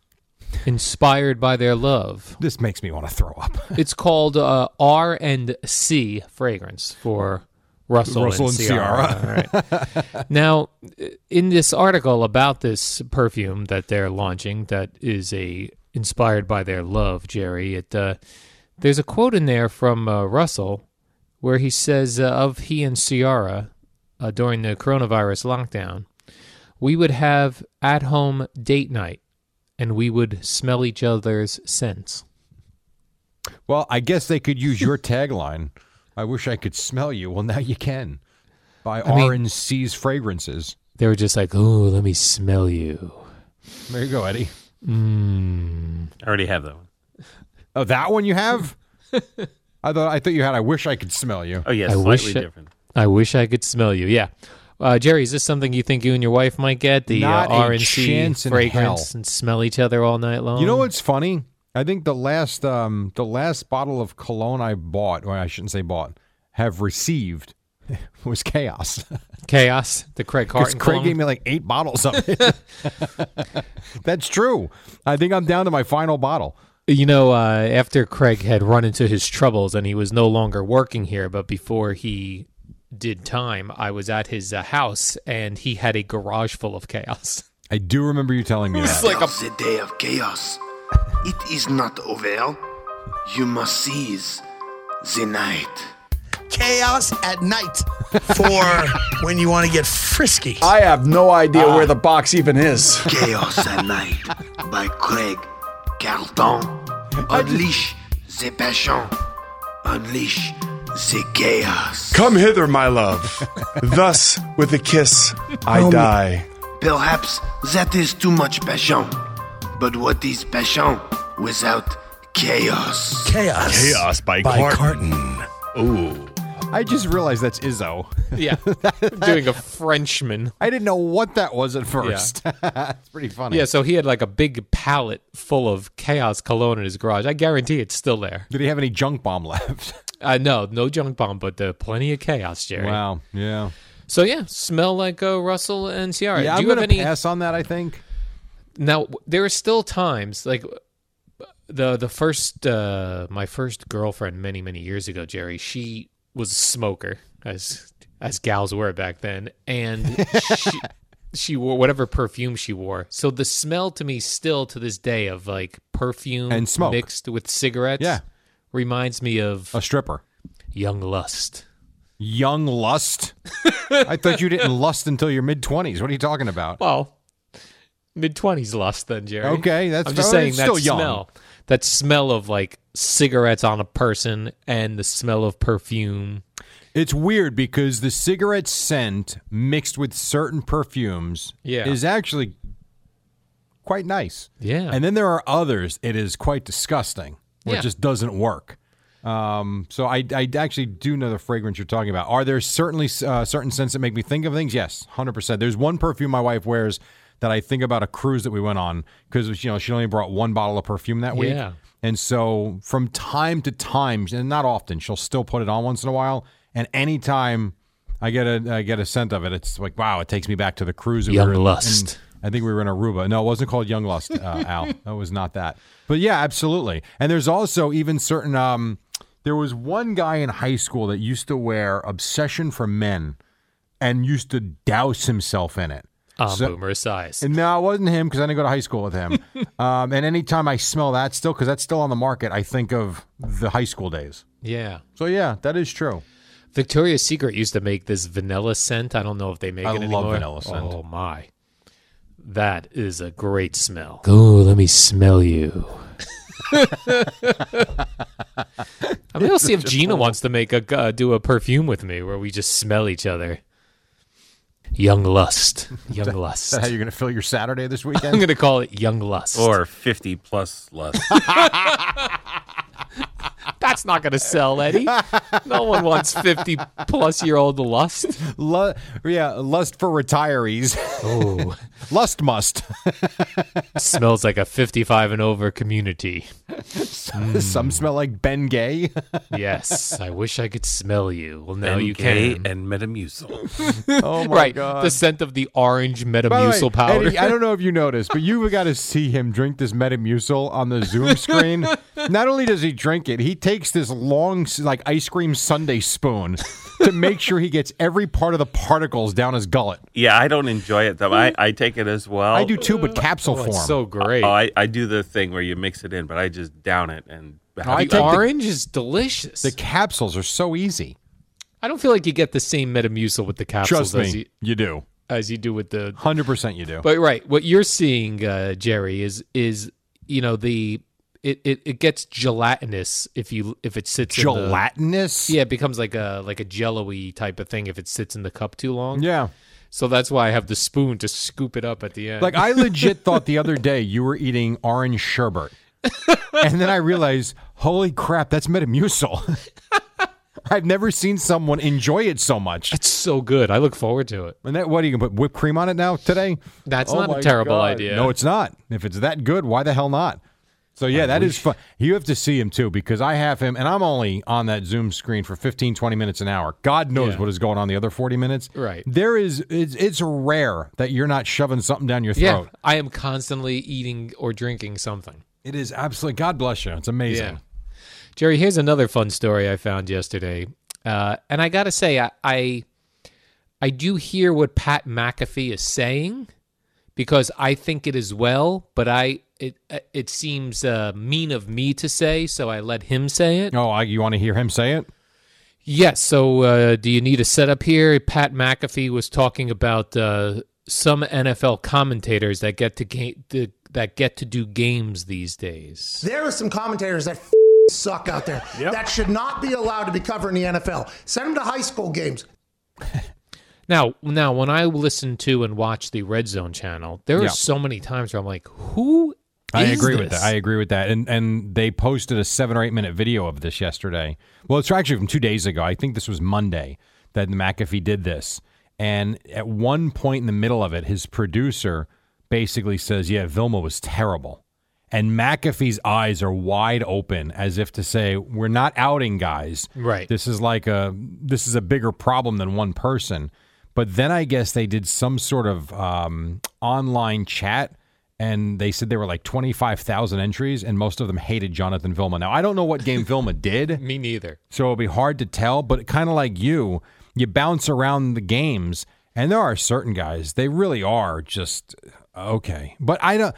[SPEAKER 2] inspired by their love.
[SPEAKER 1] This makes me want to throw up. <laughs>
[SPEAKER 2] It's called uh, R and C fragrance for Russell,
[SPEAKER 1] Russell
[SPEAKER 2] and
[SPEAKER 1] and
[SPEAKER 2] Ciara. All right. now, in this article about this perfume that they're launching, that is a inspired by their love, Jerry. It uh, there's a quote in there from uh, Russell where he says uh, of he and Ciara uh, during the coronavirus lockdown, we would have at home date night, and we would smell each other's scents.
[SPEAKER 1] Well, I guess they could use your tagline. I wish I could smell you. Well, now you can. By
[SPEAKER 2] I mean-
[SPEAKER 1] R and C's fragrances.
[SPEAKER 2] They were just like, "Ooh, let me smell you."
[SPEAKER 1] There you go, Eddie.
[SPEAKER 2] Mm.
[SPEAKER 7] I already have that one.
[SPEAKER 1] Oh, that one you have? I thought I thought you had. I wish I could smell you.
[SPEAKER 7] Oh, yeah,
[SPEAKER 2] I
[SPEAKER 7] slightly
[SPEAKER 2] wish I-
[SPEAKER 7] different.
[SPEAKER 2] I wish I could smell you. Yeah, uh, Jerry, is this something you think you and your wife might get the uh,
[SPEAKER 1] Not a
[SPEAKER 2] R and C
[SPEAKER 1] chance in
[SPEAKER 2] fragrance
[SPEAKER 1] hell.
[SPEAKER 2] and smell each other all night long?
[SPEAKER 1] You know what's funny? I think the last um the last bottle of cologne I bought, or I shouldn't say bought, have received <laughs> was chaos. <laughs>
[SPEAKER 2] Chaos. The Craig
[SPEAKER 1] Because
[SPEAKER 2] Carton.
[SPEAKER 1] Craig
[SPEAKER 2] clone.
[SPEAKER 1] gave me like eight bottles of it. <laughs> That's true. I think I'm down to my final bottle.
[SPEAKER 2] You know, uh, after Craig had run into his troubles and he was no longer working here, but before he did time, I was at his uh, house and he had a garage full of chaos. <laughs>
[SPEAKER 1] I do remember you telling me that.
[SPEAKER 6] like a
[SPEAKER 8] the day of chaos. It is not over. You must seize the night.
[SPEAKER 9] Chaos at night for when you want to get frisky. Ah.
[SPEAKER 10] I have no idea where the box even is.
[SPEAKER 8] Chaos at night by Craig Carlton. Unleash the passion. Unleash the chaos.
[SPEAKER 10] Come hither, my love. Thus, with a kiss, I
[SPEAKER 8] Oh, my-
[SPEAKER 10] die.
[SPEAKER 8] Perhaps that is too much passion. But what is passion without chaos?
[SPEAKER 9] Chaos.
[SPEAKER 10] Chaos by
[SPEAKER 9] Carton.
[SPEAKER 7] Ooh.
[SPEAKER 1] I just realized that's Izzo. <laughs>
[SPEAKER 2] Yeah, doing a Frenchman.
[SPEAKER 1] I didn't know what that was at first. <laughs> That's pretty funny.
[SPEAKER 2] Yeah, so he had like a big pallet full of chaos cologne in his garage. I guarantee it's still there.
[SPEAKER 1] Did he have any junk bomb left?
[SPEAKER 2] Uh, no, no junk bomb, but uh, plenty of chaos, Jerry.
[SPEAKER 1] Wow. Yeah.
[SPEAKER 2] So yeah, smell like uh, Russell and Ciara.
[SPEAKER 1] yeah,
[SPEAKER 2] Do
[SPEAKER 1] I'm
[SPEAKER 2] you have
[SPEAKER 1] gonna
[SPEAKER 2] any?
[SPEAKER 1] pass on that. I think.
[SPEAKER 2] Now w- there are still times like the the first uh, my first girlfriend many many years ago, Jerry. She was a smoker as as gals were back then, and
[SPEAKER 1] <laughs>
[SPEAKER 2] she, she wore whatever perfume she wore. So the smell to me still to this day of like perfume
[SPEAKER 1] And smoke.
[SPEAKER 2] mixed with cigarettes.
[SPEAKER 1] Yeah. Uh,
[SPEAKER 2] reminds me of
[SPEAKER 1] A stripper.
[SPEAKER 2] young lust. <laughs>
[SPEAKER 1] Young lust. I thought you didn't lust until your mid twenties. What are you talking about?
[SPEAKER 2] Well, mid twenties lust then, Jerry.
[SPEAKER 1] Okay, that's-
[SPEAKER 2] I'm just
[SPEAKER 1] oh,
[SPEAKER 2] saying
[SPEAKER 1] it's
[SPEAKER 2] that
[SPEAKER 1] still young.
[SPEAKER 2] smell, that smell of like cigarettes on a person and the smell of perfume.
[SPEAKER 1] It's weird because the cigarette scent mixed with certain perfumes
[SPEAKER 2] Yeah.
[SPEAKER 1] is actually quite nice.
[SPEAKER 2] Yeah.
[SPEAKER 1] And then there are others it is quite disgusting where
[SPEAKER 2] Yeah.
[SPEAKER 1] it just doesn't work. Um, so I, I actually do know the fragrance you're talking about. Are there certainly uh, certain scents that make me think of things? Yes, 100%. There's one perfume my wife wears that I think about a cruise that we went on because, you know, she only brought one bottle of perfume that week.
[SPEAKER 2] Yeah.
[SPEAKER 1] And so from time to time, and not often, she'll still put it on once in a while. And anytime I get a I get a scent of it, it's like wow, it takes me back to the cruise. that
[SPEAKER 2] Young
[SPEAKER 1] we were in-
[SPEAKER 2] Lust.
[SPEAKER 1] in- I think we were in Aruba. No, it wasn't called Young
[SPEAKER 2] <laughs>
[SPEAKER 1] Lust, uh, Al. That was not that. But yeah, absolutely. And there's also even certain. Um, there was one guy in high school that used to wear Obsession for Men, and used to douse himself in it.
[SPEAKER 2] Ah,
[SPEAKER 1] So-
[SPEAKER 2] boomer size.
[SPEAKER 1] and no, it wasn't him because I didn't go to high school
[SPEAKER 2] <laughs>
[SPEAKER 1] with him. um, and anytime I smell that still, because that's still on the market, I think of the high school days.
[SPEAKER 2] Yeah.
[SPEAKER 1] So yeah, that is true.
[SPEAKER 2] Victoria's Secret used to make this vanilla scent. I don't know if they make
[SPEAKER 1] I
[SPEAKER 2] it
[SPEAKER 1] love
[SPEAKER 2] anymore.
[SPEAKER 1] vanilla scent.
[SPEAKER 2] Oh my. That is a great smell. Ooh, let me smell <laughs> you. I mean, I'll see if Gina wants to make a uh, do a perfume with me where we just smell each other. Young Lust.
[SPEAKER 1] <laughs>
[SPEAKER 2] Young Lust.
[SPEAKER 1] Is that how you're going to fill your Saturday this
[SPEAKER 2] <laughs>
[SPEAKER 1] weekend?
[SPEAKER 2] I'm going to call it Young Lust.
[SPEAKER 7] Or 50 plus
[SPEAKER 2] <laughs>
[SPEAKER 7] lust.
[SPEAKER 2] That's not going to sell,
[SPEAKER 1] <laughs>
[SPEAKER 2] Eddie. No one wants 50 plus year old lust.
[SPEAKER 1] Lu- yeah, lust for retirees. <laughs>
[SPEAKER 2] Oh.
[SPEAKER 1] lust must.
[SPEAKER 2] Smells like a 55 and over community. Mm.
[SPEAKER 1] Some smell like Ben Gay. <laughs>
[SPEAKER 2] yes, I wish I could smell you. Well, now
[SPEAKER 7] Ben
[SPEAKER 2] you
[SPEAKER 7] Gay
[SPEAKER 2] can.
[SPEAKER 7] and Metamucil.
[SPEAKER 1] oh my
[SPEAKER 2] right,
[SPEAKER 1] god.
[SPEAKER 2] the scent of the orange
[SPEAKER 1] By the way,
[SPEAKER 2] Metamucil powder.
[SPEAKER 1] Eddie, I don't know if you <laughs> noticed, but you've got to see him drink this Metamucil on the Zoom <laughs> screen. Not only does he drink it, he takes this long, like ice cream sundae spoon to make sure he gets every part of the particles down his gullet.
[SPEAKER 7] yeah, I don't enjoy it though. I, I take it as well.
[SPEAKER 1] I do too, but capsule
[SPEAKER 2] Oh,
[SPEAKER 1] form.
[SPEAKER 2] it's so great.
[SPEAKER 1] uh,
[SPEAKER 7] Oh, I, I do the thing where you mix it in, but I just down it and have
[SPEAKER 1] I
[SPEAKER 7] it.
[SPEAKER 1] take
[SPEAKER 2] the
[SPEAKER 1] the-
[SPEAKER 2] orange is delicious.
[SPEAKER 1] the capsules are so easy.
[SPEAKER 2] I don't feel like you get the same Metamucil with the capsules
[SPEAKER 1] Trust
[SPEAKER 2] as
[SPEAKER 1] me,
[SPEAKER 2] you,
[SPEAKER 1] you do.
[SPEAKER 2] as you do with the
[SPEAKER 1] Hundred percent, you do.
[SPEAKER 2] But right, what you're seeing, uh, Jerry, is is you know the it, it, it gets gelatinous if you if it sits
[SPEAKER 1] Gelatinous.
[SPEAKER 2] In the, yeah, it becomes like a like a jello-y type of thing if it sits in the cup too long.
[SPEAKER 1] Yeah.
[SPEAKER 2] So that's why I have the spoon to scoop it up at the end.
[SPEAKER 1] <laughs> Like I legit thought the other day you were eating
[SPEAKER 2] <laughs>
[SPEAKER 1] orange sherbet, and then I realized, holy crap, that's Metamucil. <laughs> I've never seen someone enjoy it so much.
[SPEAKER 2] it's so good. I look forward to it.
[SPEAKER 1] And that what are you gonna put whipped cream on it now today?
[SPEAKER 2] That's
[SPEAKER 1] Oh
[SPEAKER 2] not
[SPEAKER 1] my
[SPEAKER 2] a terrible
[SPEAKER 1] God.
[SPEAKER 2] idea.
[SPEAKER 1] No, it's not. If it's that good, why the hell not? So yeah, that is fun. You have to see him too because I have him and I'm only on that Zoom screen for 15 20 minutes an hour. God knows
[SPEAKER 2] Yeah.
[SPEAKER 1] what is going on the other 40 minutes.
[SPEAKER 2] Right.
[SPEAKER 1] There is it's, it's rare that you're not shoving something down your
[SPEAKER 2] yeah.
[SPEAKER 1] throat.
[SPEAKER 2] I am constantly eating or drinking something.
[SPEAKER 1] It is absolutely God bless you. It's amazing.
[SPEAKER 2] Yeah. Jerry, here's another fun story I found yesterday. Uh, and I got to say, I, I I do hear what Pat McAfee is saying because I think it as well, but I it it seems uh, mean of me to say, so I let him say it.
[SPEAKER 1] Oh, I, you want to hear him say it?
[SPEAKER 2] Yes. So, uh, do you need a setup here? Pat McAfee was talking about uh, some NFL commentators that get to ga- the, that get to do games these days.
[SPEAKER 11] There are some commentators that f- suck out there that should not be allowed to be covering the NFL. Send them to high school games.
[SPEAKER 2] Now, now, when I listen to and watch the Red Zone channel, there
[SPEAKER 1] Yeah.
[SPEAKER 2] are so many times where I'm like, "Who?"
[SPEAKER 1] I
[SPEAKER 2] is
[SPEAKER 1] agree with
[SPEAKER 2] this?
[SPEAKER 1] that. I agree with that. And and they posted a seven or eight minute video of this yesterday. Well, it's actually from two days ago. I think this was Monday that McAfee did this. And at one point in the middle of it, his producer basically says, "Yeah, Vilma was terrible." And McAfee's eyes are wide open, as if to say, "We're not outing guys.
[SPEAKER 2] Right.
[SPEAKER 1] This is like a this is a bigger problem than one person." But then I guess they did some sort of um, online chat, and they said there were like twenty five thousand entries, and most of them hated Jonathan Vilma. Now I don't know what game Vilma did,
[SPEAKER 2] Me neither.
[SPEAKER 1] so it'll be hard to tell. But kind of like you, you bounce around the games, and there are certain guys they really are just uh, okay. But I don't.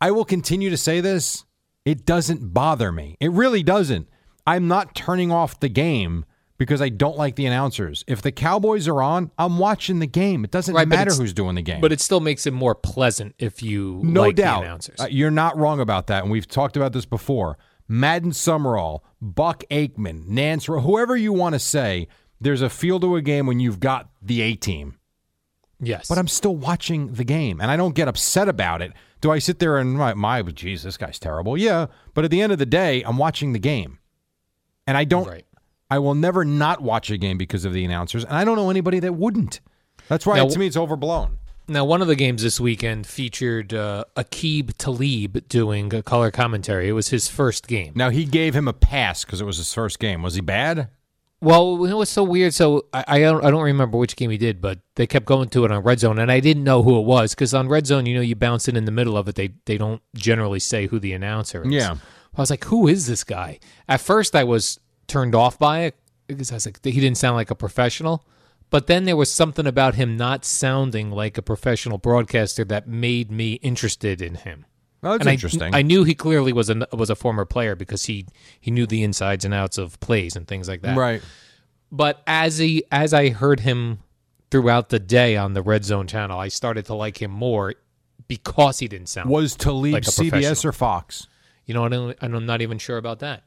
[SPEAKER 1] I will continue to say this. It doesn't bother me. It really doesn't. I'm not turning off the game because I don't like the announcers. If the Cowboys are on, I'm watching the game. It doesn't
[SPEAKER 2] Right, but
[SPEAKER 1] matter
[SPEAKER 2] it's-
[SPEAKER 1] who's doing the game.
[SPEAKER 2] But it still makes it more pleasant if you
[SPEAKER 1] No
[SPEAKER 2] like
[SPEAKER 1] doubt.
[SPEAKER 2] the announcers.
[SPEAKER 1] Uh, you're not wrong about that. And we've talked about this before. Madden Summerall, Buck Aikman, Nance, Ro- whoever you want to say, there's a feel to a game when you've got the A team.
[SPEAKER 2] yes,
[SPEAKER 1] But I'm still watching the game and I don't get upset about it. Do I sit there and, my, my geez, this guy's terrible? Yeah. But at the end of the day, I'm watching the game. And I don't,
[SPEAKER 2] Right.
[SPEAKER 1] I will never not watch a game because of the announcers. And I don't know anybody that wouldn't. That's why
[SPEAKER 2] Now-
[SPEAKER 1] to me it's overblown.
[SPEAKER 2] Now, one of the games this weekend featured uh, Akib Talib doing a color commentary. It was his first game.
[SPEAKER 1] Now he gave him a pass because it was his first game. Was he bad?
[SPEAKER 2] Well, you know what's so weird? So I, I don't I don't remember which game he did, but they kept going to it on Red Zone, and I didn't know who it was because on Red Zone, you know, you bounce in in the middle of it. They they don't generally say who the announcer is.
[SPEAKER 1] Yeah.
[SPEAKER 2] I was like, who is this guy? At first, I was turned off by it because I was like, he didn't sound like a professional. But then there was something about him not sounding like a professional broadcaster that made me interested in him.
[SPEAKER 1] Oh, that's
[SPEAKER 2] And I-
[SPEAKER 1] interesting.
[SPEAKER 2] I, knew he clearly was a was a former player because he he knew the insides and outs of plays and things like that.
[SPEAKER 1] Right.
[SPEAKER 2] But as he as I heard him throughout the day on the Red Zone channel, I started to like him more because he didn't sound.
[SPEAKER 1] Was Talib
[SPEAKER 2] Like a
[SPEAKER 1] CBS
[SPEAKER 2] professional.
[SPEAKER 1] or Fox?
[SPEAKER 2] you know, I don't, and I'm not even sure about that.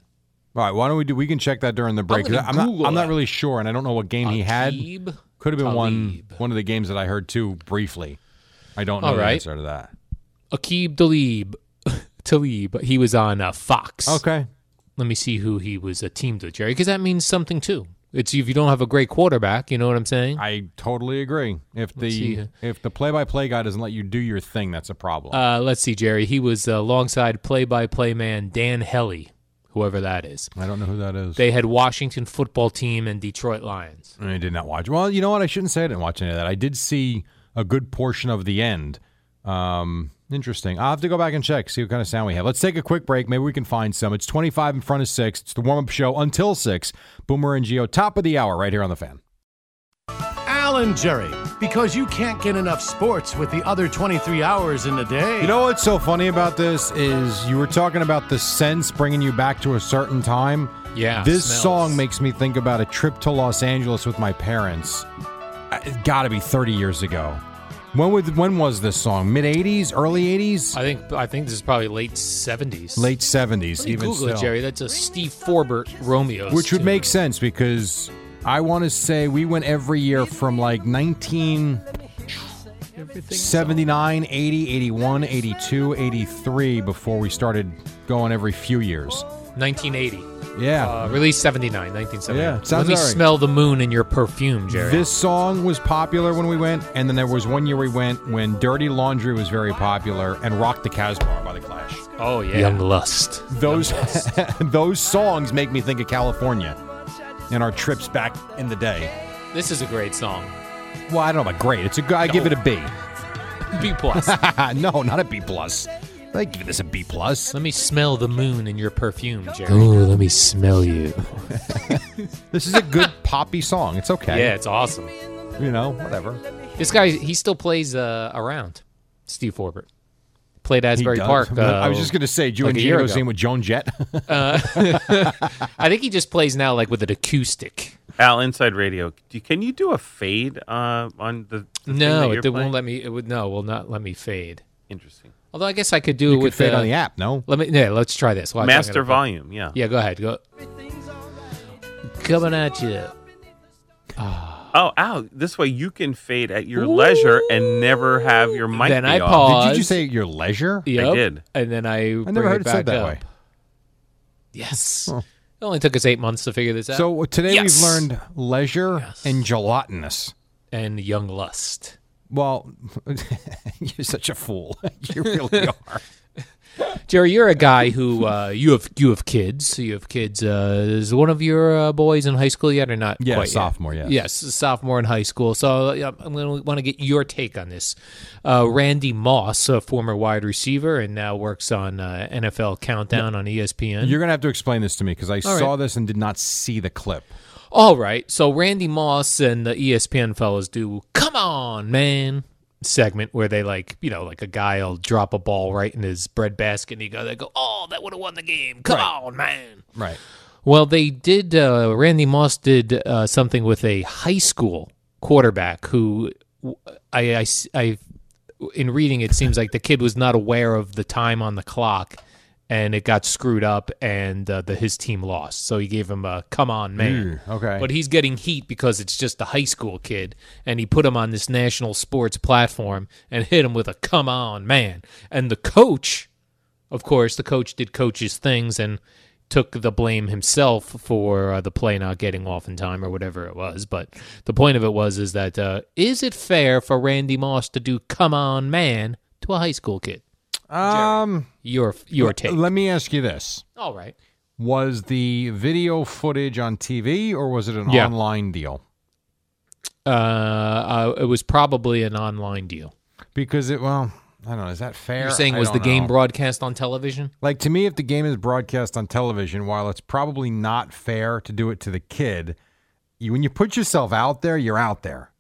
[SPEAKER 1] All right, why don't we do? We can check that during the break.
[SPEAKER 2] gonna
[SPEAKER 1] I'm not.
[SPEAKER 2] Google
[SPEAKER 1] I'm not
[SPEAKER 2] that.
[SPEAKER 1] really sure, and I don't know what game he had.
[SPEAKER 2] Akib
[SPEAKER 1] Could have been one one of the games that I heard too briefly. I don't know
[SPEAKER 2] All
[SPEAKER 1] the
[SPEAKER 2] right.
[SPEAKER 1] answer to that.
[SPEAKER 2] Akib Talib. <laughs> Talib. He was on uh, Fox.
[SPEAKER 1] Okay.
[SPEAKER 2] Let me see who he was a team to, Jerry, because that means something too. It's if you don't have a great quarterback, you know what I'm saying?
[SPEAKER 1] I totally agree. If
[SPEAKER 2] Let's see
[SPEAKER 1] the
[SPEAKER 2] here.
[SPEAKER 1] if the play by play guy doesn't let you do your thing, that's a problem.
[SPEAKER 2] Uh, let's see, Jerry. He was uh, alongside play-by-play man Dan Helly, whoever that is.
[SPEAKER 1] I don't know who that is.
[SPEAKER 2] They had Washington football team and Detroit Lions.
[SPEAKER 1] I did not watch. Well, you know what? I shouldn't say I didn't watch any of that. I did see a good portion of the end. Um, interesting. I'll have to go back and check, see what kind of sound we have. Let's take a quick break. Maybe we can find some. It's 25 in front of 6. It's the warm up show until 6. Boomer and Geo, top of the hour, right here on The Fan.
[SPEAKER 4] Alan Jerry, because you can't get enough sports with the other 23 hours in a day.
[SPEAKER 1] You know what's so funny about this is you were talking about the sense bringing you back to a certain time.
[SPEAKER 2] Yeah,
[SPEAKER 1] This
[SPEAKER 2] smells.
[SPEAKER 1] song makes me think about a trip to Los Angeles with my parents. I- It's got to be 30 years ago. When would, when was this song? Mid 80s, early 80s,
[SPEAKER 2] I think I think this is probably late seventies.
[SPEAKER 1] late 70s,
[SPEAKER 2] Let me
[SPEAKER 1] even
[SPEAKER 2] Google
[SPEAKER 1] still.
[SPEAKER 2] it, Jerry. That's a Steve Forbert Romeo.
[SPEAKER 1] Which would make sense because I want to say we went every year from like 1979, 80, 81, 82, 83 before we started going every few years.
[SPEAKER 2] 1980.
[SPEAKER 1] Yeah.
[SPEAKER 2] Uh, released 79, 1979.
[SPEAKER 1] Yeah,
[SPEAKER 2] Let
[SPEAKER 1] sounds
[SPEAKER 2] me
[SPEAKER 1] all right.
[SPEAKER 2] smell the moon in your perfume, Jerry.
[SPEAKER 1] This song was popular when we went, and then there was one year we went when Dirty Laundry was very popular and Rock the Casbah by The Clash.
[SPEAKER 2] oh yeah.
[SPEAKER 1] Young
[SPEAKER 2] lust.
[SPEAKER 1] Those <laughs> those songs make me think of California and our trips back in the day.
[SPEAKER 2] This is a great song.
[SPEAKER 1] Well, I don't know about great. It's a g- I give it a B.
[SPEAKER 2] B
[SPEAKER 1] <laughs>
[SPEAKER 2] plus.
[SPEAKER 1] no, not a B plus. I give this a B plus.
[SPEAKER 2] Let me smell the moon in your perfume, Jerry.
[SPEAKER 1] let me smell you. this is
[SPEAKER 2] <laughs>
[SPEAKER 1] a good poppy song. It's okay.
[SPEAKER 2] Yeah, it's awesome.
[SPEAKER 1] You know, whatever.
[SPEAKER 2] This guy, he still plays uh, around. Steve Forbert played
[SPEAKER 1] He
[SPEAKER 2] Asbury
[SPEAKER 1] does.
[SPEAKER 2] Park. Uh,
[SPEAKER 1] I was just going to say, do you
[SPEAKER 2] like
[SPEAKER 1] and
[SPEAKER 2] a year
[SPEAKER 1] Gino
[SPEAKER 2] ago.
[SPEAKER 1] seen with Joan Jett? <laughs>
[SPEAKER 2] Uh, I think he just plays now like with an acoustic.
[SPEAKER 7] Al Inside Radio. Do, can you do a fade uh, on the? the thing
[SPEAKER 2] No,
[SPEAKER 7] that
[SPEAKER 2] it
[SPEAKER 7] you're
[SPEAKER 2] d-
[SPEAKER 7] playing?
[SPEAKER 2] won't let me. It would no, will not let me fade.
[SPEAKER 7] Interesting.
[SPEAKER 2] Although I guess I could do
[SPEAKER 7] You
[SPEAKER 2] it
[SPEAKER 7] could
[SPEAKER 2] with
[SPEAKER 7] fade on the
[SPEAKER 1] app. No,
[SPEAKER 2] let me. Yeah, let's try this. Watch, I'm
[SPEAKER 7] Master
[SPEAKER 2] gonna-
[SPEAKER 7] volume, yeah.
[SPEAKER 2] Yeah, go ahead. Go. Coming at you.
[SPEAKER 7] Oh, Al, this way you can fade at your leisure and never have your mic.
[SPEAKER 2] then
[SPEAKER 7] be
[SPEAKER 2] I
[SPEAKER 7] off.
[SPEAKER 2] pause.
[SPEAKER 1] Did you say your leisure?
[SPEAKER 7] I
[SPEAKER 2] Yep.
[SPEAKER 7] did.
[SPEAKER 2] And then I.
[SPEAKER 1] I
[SPEAKER 2] bring
[SPEAKER 1] never heard it
[SPEAKER 2] back
[SPEAKER 1] said that
[SPEAKER 2] up.
[SPEAKER 1] way.
[SPEAKER 2] Yes. It only took us eight months to figure this out.
[SPEAKER 1] So uh, today
[SPEAKER 2] Yes.
[SPEAKER 1] we've learned leisure and gelatinous.
[SPEAKER 2] and young lust.
[SPEAKER 1] Well, <laughs> you're such a fool. <laughs>
[SPEAKER 2] <laughs>
[SPEAKER 1] you really are.
[SPEAKER 2] Jerry, you're a guy who uh, you have you have kids. You have kids. Uh, is one of your uh, boys in high school yet or not?
[SPEAKER 1] Yeah,
[SPEAKER 2] quite yet?
[SPEAKER 1] sophomore, yes.
[SPEAKER 2] Yes, a sophomore in high school. So uh, I'm going to want to get your take on this. Uh, Randy Moss, a former wide receiver, and now works on uh, NFL Countdown on E ESPN.
[SPEAKER 1] You're going to have to explain this to me because I
[SPEAKER 2] right.
[SPEAKER 1] saw this and did not see the clip.
[SPEAKER 2] All right. So Randy Moss and the E ESPN fellas do "Come on, man" segment where they like, you know, like a guy'll drop a ball right in his bread basket and he go, they go, "Oh, that would have won the game." Come on, man.
[SPEAKER 1] Right.
[SPEAKER 2] Well, they did. Uh, Randy Moss did uh, something with a high school quarterback who I, I s- I- in reading it seems like the kid was not aware of the time on the clock, and it got screwed up, and uh, the his team lost. So he gave him a "Come on, man."
[SPEAKER 1] Mm, okay.
[SPEAKER 2] But he's getting heat because it's just a high school kid, and he put him on this national sports platform and hit him with a "Come on, man." And the coach of course, the coach did coach's things and took the blame himself for uh, the play not getting off in time or whatever it was. But the point of it was is that uh, is it fair for Randy Moss to do "Come on, man" to a high school kid?
[SPEAKER 1] Um,
[SPEAKER 2] Your your
[SPEAKER 1] let-
[SPEAKER 2] take.
[SPEAKER 1] Let me ask you this:
[SPEAKER 2] All right.
[SPEAKER 1] Was the video footage on TV or was it an
[SPEAKER 2] Yeah.
[SPEAKER 1] online deal?
[SPEAKER 2] Uh, uh, it was probably an online deal.
[SPEAKER 1] Because it well, I don't know. Is that fair?
[SPEAKER 2] You're saying
[SPEAKER 1] I
[SPEAKER 2] was the
[SPEAKER 1] don't
[SPEAKER 2] game
[SPEAKER 1] know.
[SPEAKER 2] broadcast on television?
[SPEAKER 1] Like to me, if the game is broadcast on television, while it's probably not fair to do it to the kid, you, when you put yourself out there, you're out there.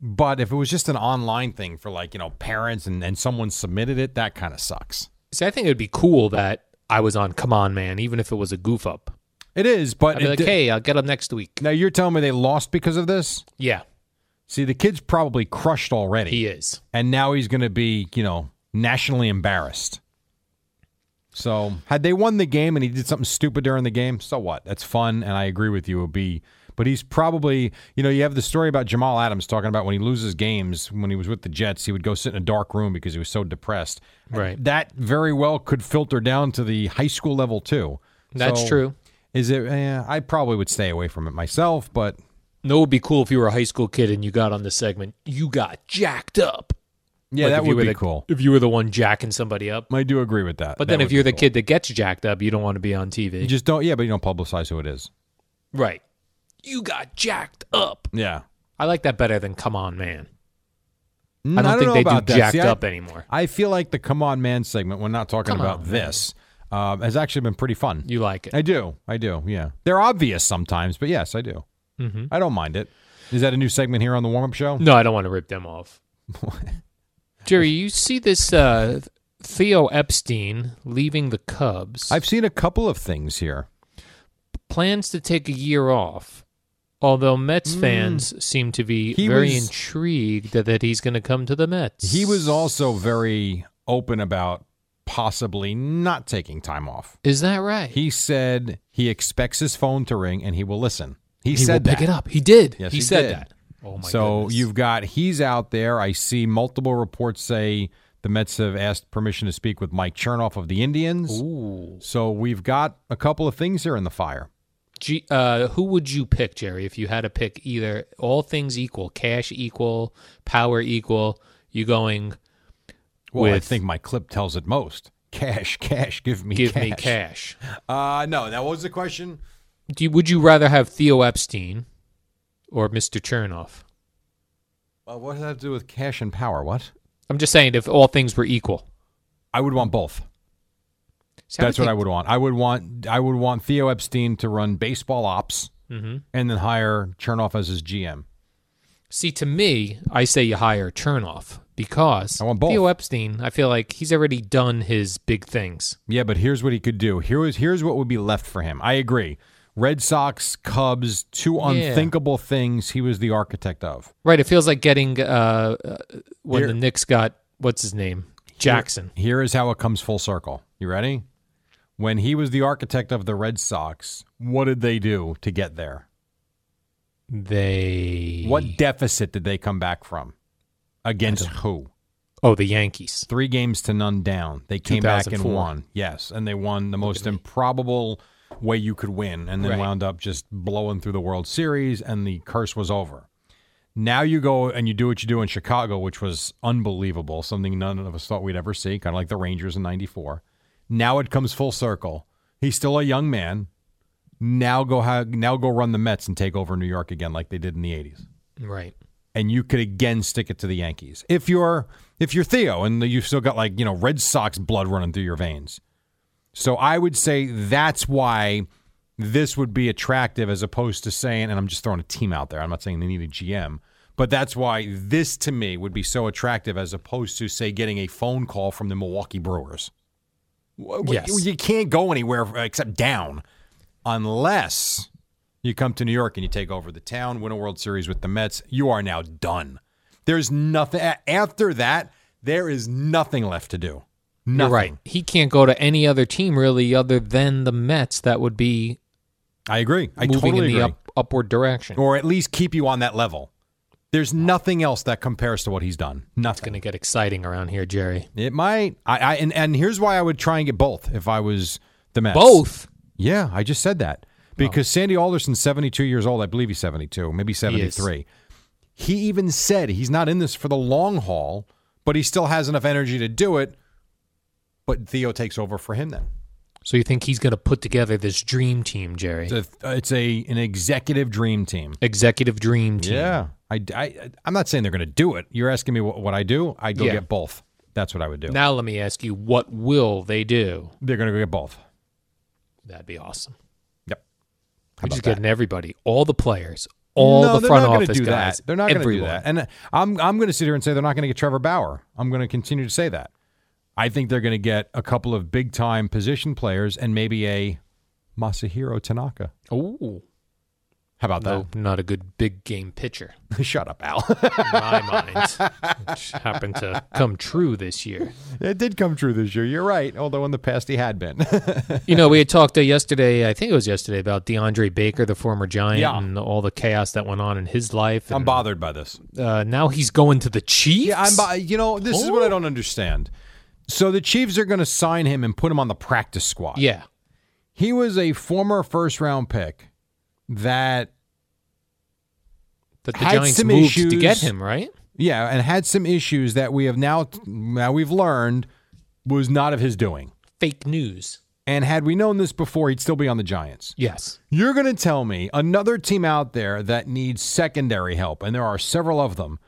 [SPEAKER 1] But if it was just an online thing for like you know parents and, and someone submitted it, that kind of sucks.
[SPEAKER 2] See, I think it would be cool that I was on "Come on, man," even if it was a goof up.
[SPEAKER 1] It is, but
[SPEAKER 2] I'd be
[SPEAKER 1] it
[SPEAKER 2] like,
[SPEAKER 1] di-
[SPEAKER 2] "Hey, I'll get up next week."
[SPEAKER 1] now you're telling me they lost because of this.
[SPEAKER 2] Yeah,
[SPEAKER 1] See, the kid's probably crushed already.
[SPEAKER 2] he is.
[SPEAKER 1] and now he's going to be, you know, nationally embarrassed. So, had they won the game and he did something stupid during the game, so what? That's fun, and I agree with you. It'll be But he's probably, you know, you have the story about Jamal Adams talking about when he loses games, when he was with the Jets, he would go sit in a dark room because he was so depressed.
[SPEAKER 2] Right.
[SPEAKER 1] That very well could filter down to the high school level, too.
[SPEAKER 2] That's
[SPEAKER 1] So,
[SPEAKER 2] true.
[SPEAKER 1] Is it? Eh, I probably would stay away from it myself, but.
[SPEAKER 2] No, it would be cool if you were a high school kid and you got on this segment. You got jacked up.
[SPEAKER 1] Yeah,
[SPEAKER 2] Like,
[SPEAKER 1] that
[SPEAKER 2] if you
[SPEAKER 1] would
[SPEAKER 2] were
[SPEAKER 1] be
[SPEAKER 2] the- <laughs>
[SPEAKER 1] cool.
[SPEAKER 2] If you were the one jacking somebody up.
[SPEAKER 1] I do agree with that.
[SPEAKER 2] But
[SPEAKER 1] That
[SPEAKER 2] then
[SPEAKER 1] would
[SPEAKER 2] if you're
[SPEAKER 1] be
[SPEAKER 2] the kid that gets jacked up, you don't want to be on TV.
[SPEAKER 1] You just don't, yeah, but you don't publicize who it is.
[SPEAKER 2] right. You got jacked up.
[SPEAKER 1] Yeah.
[SPEAKER 2] I like that better than come on, man.
[SPEAKER 1] Mm,
[SPEAKER 2] I don't think
[SPEAKER 1] know
[SPEAKER 2] they do
[SPEAKER 1] about that.
[SPEAKER 2] jacked
[SPEAKER 1] See, I-
[SPEAKER 2] up anymore.
[SPEAKER 1] I feel like the Come On Man segment, when not talking
[SPEAKER 2] Come
[SPEAKER 1] about
[SPEAKER 2] on, man.
[SPEAKER 1] this, um, has actually been pretty fun.
[SPEAKER 2] You like it?
[SPEAKER 1] I do. I do. Yeah. They're obvious sometimes, but yes, I do.
[SPEAKER 2] Mhm.
[SPEAKER 1] I don't mind it. Is that a new segment here on the warm up show?
[SPEAKER 2] No, I don't want to rip them
[SPEAKER 1] <laughs>
[SPEAKER 2] off. Jerry, you see this uh, Theo Epstein leaving the Cubs.
[SPEAKER 1] I've seen a couple of things here.
[SPEAKER 2] plans to take a year off, although Mets fans seem to be
[SPEAKER 1] Mm. He
[SPEAKER 2] very
[SPEAKER 1] was-
[SPEAKER 2] intrigued that, that he's going to come to the Mets.
[SPEAKER 1] He was also very open about possibly not taking time off.
[SPEAKER 2] Is that right?
[SPEAKER 1] He said he expects his phone to ring and he will listen. He,
[SPEAKER 2] He
[SPEAKER 1] said
[SPEAKER 2] will pick
[SPEAKER 1] that.
[SPEAKER 2] it up. He did.
[SPEAKER 1] Yes,
[SPEAKER 2] He
[SPEAKER 1] he,
[SPEAKER 2] said
[SPEAKER 1] did.
[SPEAKER 2] that. Oh, my
[SPEAKER 1] So you've got he's out there. I see multiple reports say the Mets have asked permission to speak with Mike Chernoff of the Indians.
[SPEAKER 2] Ooh.
[SPEAKER 1] So we've got a couple of things here in the fire.
[SPEAKER 2] G- uh, who would you pick, Jerry, if you had to pick either all things equal, cash equal, power equal? You going
[SPEAKER 1] Well, I
[SPEAKER 2] with
[SPEAKER 1] think my clip tells it most. Cash, <laughs> cash, give me
[SPEAKER 2] give
[SPEAKER 1] cash.
[SPEAKER 2] me cash?
[SPEAKER 1] Uh, no, that was the question.
[SPEAKER 2] Do you, would you rather have Theo Epstein or Mr. Chernoff?
[SPEAKER 1] Uh, what does that have to do with cash and power? What?
[SPEAKER 2] I'm just saying, if all things were equal,
[SPEAKER 1] I would want both.
[SPEAKER 2] See,
[SPEAKER 1] That's what I
[SPEAKER 2] think-
[SPEAKER 1] would want. I would want I would want Theo Epstein to run baseball ops
[SPEAKER 2] Mhm.
[SPEAKER 1] and then hire Chernoff as his GM.
[SPEAKER 2] See, to me, I say you hire Chernoff because Theo Epstein, I feel like he's already done his big things.
[SPEAKER 1] Yeah, but here's what he could do. Here was here's what would be left for him. I agree. Red Sox, Cubs, two
[SPEAKER 2] Yeah.
[SPEAKER 1] unthinkable things he was the architect of.
[SPEAKER 2] Right. It feels like getting uh, uh, when
[SPEAKER 1] Here-
[SPEAKER 2] the Knicks got, what's his name? Jackson.
[SPEAKER 1] Here- here is how it comes full circle. You ready? When he was the architect of the Red Sox, what did they do to get there?
[SPEAKER 2] They.
[SPEAKER 1] What deficit did they come back from? Against who?
[SPEAKER 2] Oh, the Yankees.
[SPEAKER 1] Three games to none down. They came back and
[SPEAKER 2] 2004.
[SPEAKER 1] won. Yes, and they won the most improbable way you could win, and then
[SPEAKER 2] Right.
[SPEAKER 1] wound up just blowing through the World Series, and the curse was over. Now you go and you do what you do in Chicago, which was unbelievable, something none of us thought we'd ever see, kind of like the Rangers in '94. Now it comes full circle. He's still a young man. Now go ha- now go run the Mets and take over New York again, like they did in the '80s
[SPEAKER 2] Right.
[SPEAKER 1] and you could again stick it to the Yankees. If you're if you're Theo and you've still got like, you know, Red Sox blood running through your veins. So I would say that's why this would be attractive as opposed to saying, and I'm just throwing a team out there. I'm not saying they need a GM, but that's why this to me would be so attractive as opposed to say getting a phone call from the Milwaukee Brewers. Wh- wh-
[SPEAKER 2] Yes.
[SPEAKER 1] You can't go anywhere uh, except down unless you come to New York and you take over the town, win a World Series with the Mets. You are now done. There's nothing a- after that. There is nothing left to do. Nothing.
[SPEAKER 2] You're right. He can't go to any other team really other than the Mets that would be
[SPEAKER 1] I agree. I
[SPEAKER 2] moving
[SPEAKER 1] totally
[SPEAKER 2] in the
[SPEAKER 1] agree.
[SPEAKER 2] up, upward direction.
[SPEAKER 1] or at least keep you on that level. There's nothing else that compares to what he's done.
[SPEAKER 2] It's going to get exciting around here, Jerry.
[SPEAKER 1] It might. I, I and, and here's why I would try and get both if I was the Mets.
[SPEAKER 2] Both?
[SPEAKER 1] Yeah, I just said that because Sandy Alderson's 72 years old. I believe he's 72, maybe 73. He, even said he's not in this for the long haul, but he still has enough energy to do it. But Theo takes over for him then.
[SPEAKER 2] So you think he's going to put together this dream team, Jerry?
[SPEAKER 1] It's a, it's a an executive dream team.
[SPEAKER 2] Executive dream team.
[SPEAKER 1] Yeah, I, I I'm not saying they're going to do it. You're asking me what, what I do. I go
[SPEAKER 2] Yeah.
[SPEAKER 1] get both. That's what I would do.
[SPEAKER 2] Now let me ask you, what will they do?
[SPEAKER 1] they're going to go get both.
[SPEAKER 2] That'd be awesome.
[SPEAKER 1] Yep.
[SPEAKER 2] We're
[SPEAKER 1] about
[SPEAKER 2] just
[SPEAKER 1] that?
[SPEAKER 2] getting everybody, all the players, all
[SPEAKER 1] no,
[SPEAKER 2] the
[SPEAKER 1] they're
[SPEAKER 2] front
[SPEAKER 1] not gonna
[SPEAKER 2] office
[SPEAKER 1] do
[SPEAKER 2] guys.
[SPEAKER 1] That. They're not going to do
[SPEAKER 2] everyone.
[SPEAKER 1] that. And uh, I'm I'm going to sit here and say they're not going to get Trevor Bauer. I'm going to continue to say that. I think they're going to get a couple of big time position players and maybe a Masahiro Tanaka.
[SPEAKER 2] Oh,
[SPEAKER 1] How about that?
[SPEAKER 2] not a good big game pitcher.
[SPEAKER 1] <laughs> Shut up, Al.
[SPEAKER 2] my
[SPEAKER 1] <laughs>
[SPEAKER 2] mind, which happened to come true this year.
[SPEAKER 1] It did come true this year. You're right. Although in the past he had been. <laughs>
[SPEAKER 2] You know, we had talked uh, yesterday. I think it was yesterday about DeAndre Baker, the former Giant,
[SPEAKER 1] Yeah.
[SPEAKER 2] and all the chaos that went on in his life.
[SPEAKER 1] I'm
[SPEAKER 2] and,
[SPEAKER 1] bothered by this.
[SPEAKER 2] Uh, now he's going to the Chiefs.
[SPEAKER 1] Yeah, I'm. bu- You know, this is what I don't understand. So the Chiefs are going to sign him and put him on the practice squad.
[SPEAKER 2] Yeah.
[SPEAKER 1] he was a former first round pick that
[SPEAKER 2] that the
[SPEAKER 1] had
[SPEAKER 2] Giants
[SPEAKER 1] some
[SPEAKER 2] moved
[SPEAKER 1] issues,
[SPEAKER 2] to get him, right?
[SPEAKER 1] Yeah, and had some issues that we have now now we've learned was not of his doing.
[SPEAKER 2] Fake news.
[SPEAKER 1] And had we known this before, he'd still be on the Giants.
[SPEAKER 2] Yes.
[SPEAKER 1] You're going to tell me another team out there that needs secondary help, and there are several of them,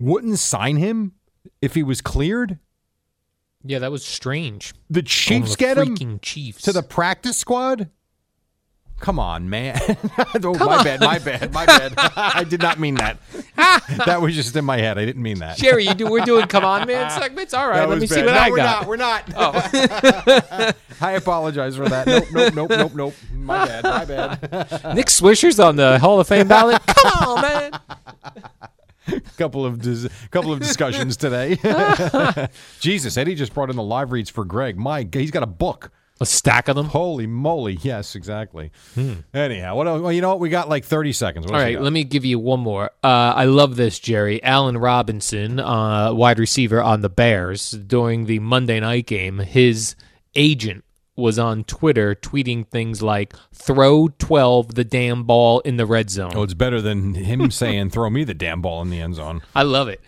[SPEAKER 1] wouldn't sign him if he was cleared?
[SPEAKER 2] Yeah, that was strange.
[SPEAKER 1] The
[SPEAKER 2] Oh,
[SPEAKER 1] Chiefs
[SPEAKER 2] the
[SPEAKER 1] get him
[SPEAKER 2] freaking Chiefs.
[SPEAKER 1] to the practice squad? Come on, man. <laughs> oh,
[SPEAKER 2] Come
[SPEAKER 1] my
[SPEAKER 2] on.
[SPEAKER 1] bad, my bad, my bad. I did not
[SPEAKER 2] <laughs>
[SPEAKER 1] mean that. that was just in my head. I didn't mean that.
[SPEAKER 2] Jerry, you do, we're doing come on
[SPEAKER 1] <laughs>
[SPEAKER 2] man segments. All right,
[SPEAKER 1] That
[SPEAKER 2] let me
[SPEAKER 1] was
[SPEAKER 2] see
[SPEAKER 1] bad.
[SPEAKER 2] what
[SPEAKER 1] No,
[SPEAKER 2] I
[SPEAKER 1] we're
[SPEAKER 2] got. Oh.
[SPEAKER 1] not. We're not.
[SPEAKER 2] <laughs>
[SPEAKER 1] I apologize for that. Nope, nope, nope, nope, nope. My bad, my bad.
[SPEAKER 2] Nick Swisher's on the Hall of Fame ballot. <laughs> Come on, man.
[SPEAKER 1] couple of dis- couple of discussions today. <laughs> Jesus, Eddie just brought in the live reads for Greg. My, g- he's got a book.
[SPEAKER 2] A stack of them.
[SPEAKER 1] Holy moly! Yes, exactly. Anyhow, what? Else? Well, you know what? We got like thirty seconds.
[SPEAKER 2] Hmm.
[SPEAKER 1] What
[SPEAKER 2] All
[SPEAKER 1] else we
[SPEAKER 2] right,
[SPEAKER 1] got?
[SPEAKER 2] let me give you one more. Uh, I love this, Jerry. Allen Robinson, uh, wide receiver on the Bears, during the Monday night game, his agent was on Twitter tweeting things like, throw 12 the damn ball in the red zone.
[SPEAKER 1] Oh, it's better
[SPEAKER 2] <laughs>
[SPEAKER 1] than him saying, "Throw me the damn ball in the end zone."
[SPEAKER 2] I love it.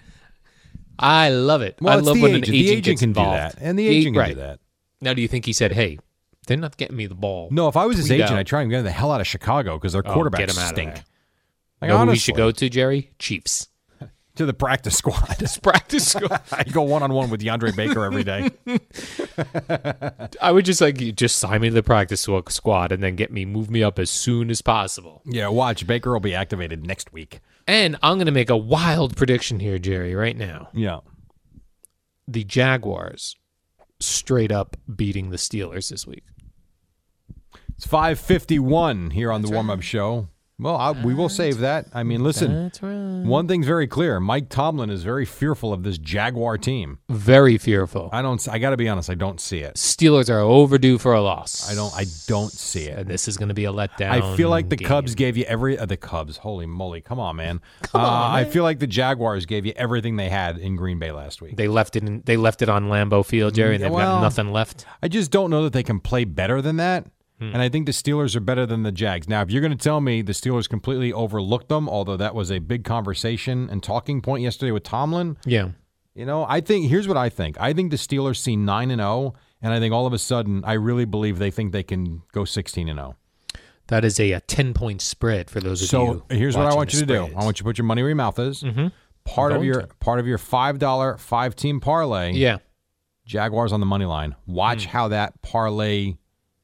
[SPEAKER 2] I love it.
[SPEAKER 1] Well,
[SPEAKER 2] I
[SPEAKER 1] it's
[SPEAKER 2] love
[SPEAKER 1] the
[SPEAKER 2] when
[SPEAKER 1] agent.
[SPEAKER 2] an
[SPEAKER 1] The
[SPEAKER 2] agent,
[SPEAKER 1] agent
[SPEAKER 2] gets
[SPEAKER 1] can do
[SPEAKER 2] involved.
[SPEAKER 1] that, and the
[SPEAKER 2] ag-
[SPEAKER 1] agent can do
[SPEAKER 2] right.
[SPEAKER 1] that.
[SPEAKER 2] Now, do you think he said, hey, they're not getting me the ball?
[SPEAKER 1] No, if I was his
[SPEAKER 2] Tweet
[SPEAKER 1] agent,
[SPEAKER 2] out.
[SPEAKER 1] I'd try and get the hell out of Chicago because their
[SPEAKER 2] Oh,
[SPEAKER 1] quarterbacks
[SPEAKER 2] get him out of
[SPEAKER 1] stink.
[SPEAKER 2] there.
[SPEAKER 1] Like,
[SPEAKER 2] know who we
[SPEAKER 1] honestly.
[SPEAKER 2] should go to, Jerry? Chiefs. <laughs>
[SPEAKER 1] to the practice squad. This
[SPEAKER 2] practice squad.
[SPEAKER 1] <laughs> I go one on one with DeAndre Baker
[SPEAKER 2] <laughs>
[SPEAKER 1] every day.
[SPEAKER 2] I would just like you just sign me to the practice squ- squad and then get me move me up as soon as possible.
[SPEAKER 1] yeah, watch Baker will be activated next week.
[SPEAKER 2] And I'm going to make a wild prediction here, Jerry, right now.
[SPEAKER 1] Yeah.
[SPEAKER 2] The Jaguars straight up beating the Steelers this week.
[SPEAKER 1] It's five fifty one here on the warm up show. Well, I, we will save that. I mean, listen.
[SPEAKER 2] That's right.
[SPEAKER 1] One thing's very clear: Mike Tomlin is very fearful of this Jaguar team.
[SPEAKER 2] Very fearful.
[SPEAKER 1] I don't. I got to be honest. I don't see it.
[SPEAKER 2] Steelers are overdue for a loss.
[SPEAKER 1] I don't. I don't see it.
[SPEAKER 2] And this is going to be a letdown.
[SPEAKER 1] I feel like the
[SPEAKER 2] game.
[SPEAKER 1] Cubs gave you every uh, the Cubs. Holy moly! <laughs> Come on, man. uh, I feel like the Jaguars gave you everything they had in Green Bay last week.
[SPEAKER 2] they left it. In, they left it on Lambeau Field, Jerry, and
[SPEAKER 1] Yeah,
[SPEAKER 2] they've
[SPEAKER 1] well-
[SPEAKER 2] got nothing left.
[SPEAKER 1] I just don't know that they can play better than that. And I think the Steelers are better than the Jags. Now, if you're going to tell me the Steelers completely overlooked them, although that was a big conversation and talking point yesterday with Tomlin,
[SPEAKER 2] Yeah.
[SPEAKER 1] you know, I think here's what I think. I think the Steelers see 9 and 0, and I think all of a sudden I really believe they think they can go 16 and oh. 0.
[SPEAKER 2] That is a, a ten point spread for those of you.
[SPEAKER 1] So, here's what I
[SPEAKER 2] watching
[SPEAKER 1] want
[SPEAKER 2] the
[SPEAKER 1] you to do.
[SPEAKER 2] spreads.
[SPEAKER 1] I want you to put your money where your mouth is.
[SPEAKER 2] Mhm.
[SPEAKER 1] Part
[SPEAKER 2] I'm
[SPEAKER 1] of
[SPEAKER 2] going
[SPEAKER 1] your part of your $5 five team parlay.
[SPEAKER 2] Yeah.
[SPEAKER 1] Jaguars on the money line. Watch how that parlay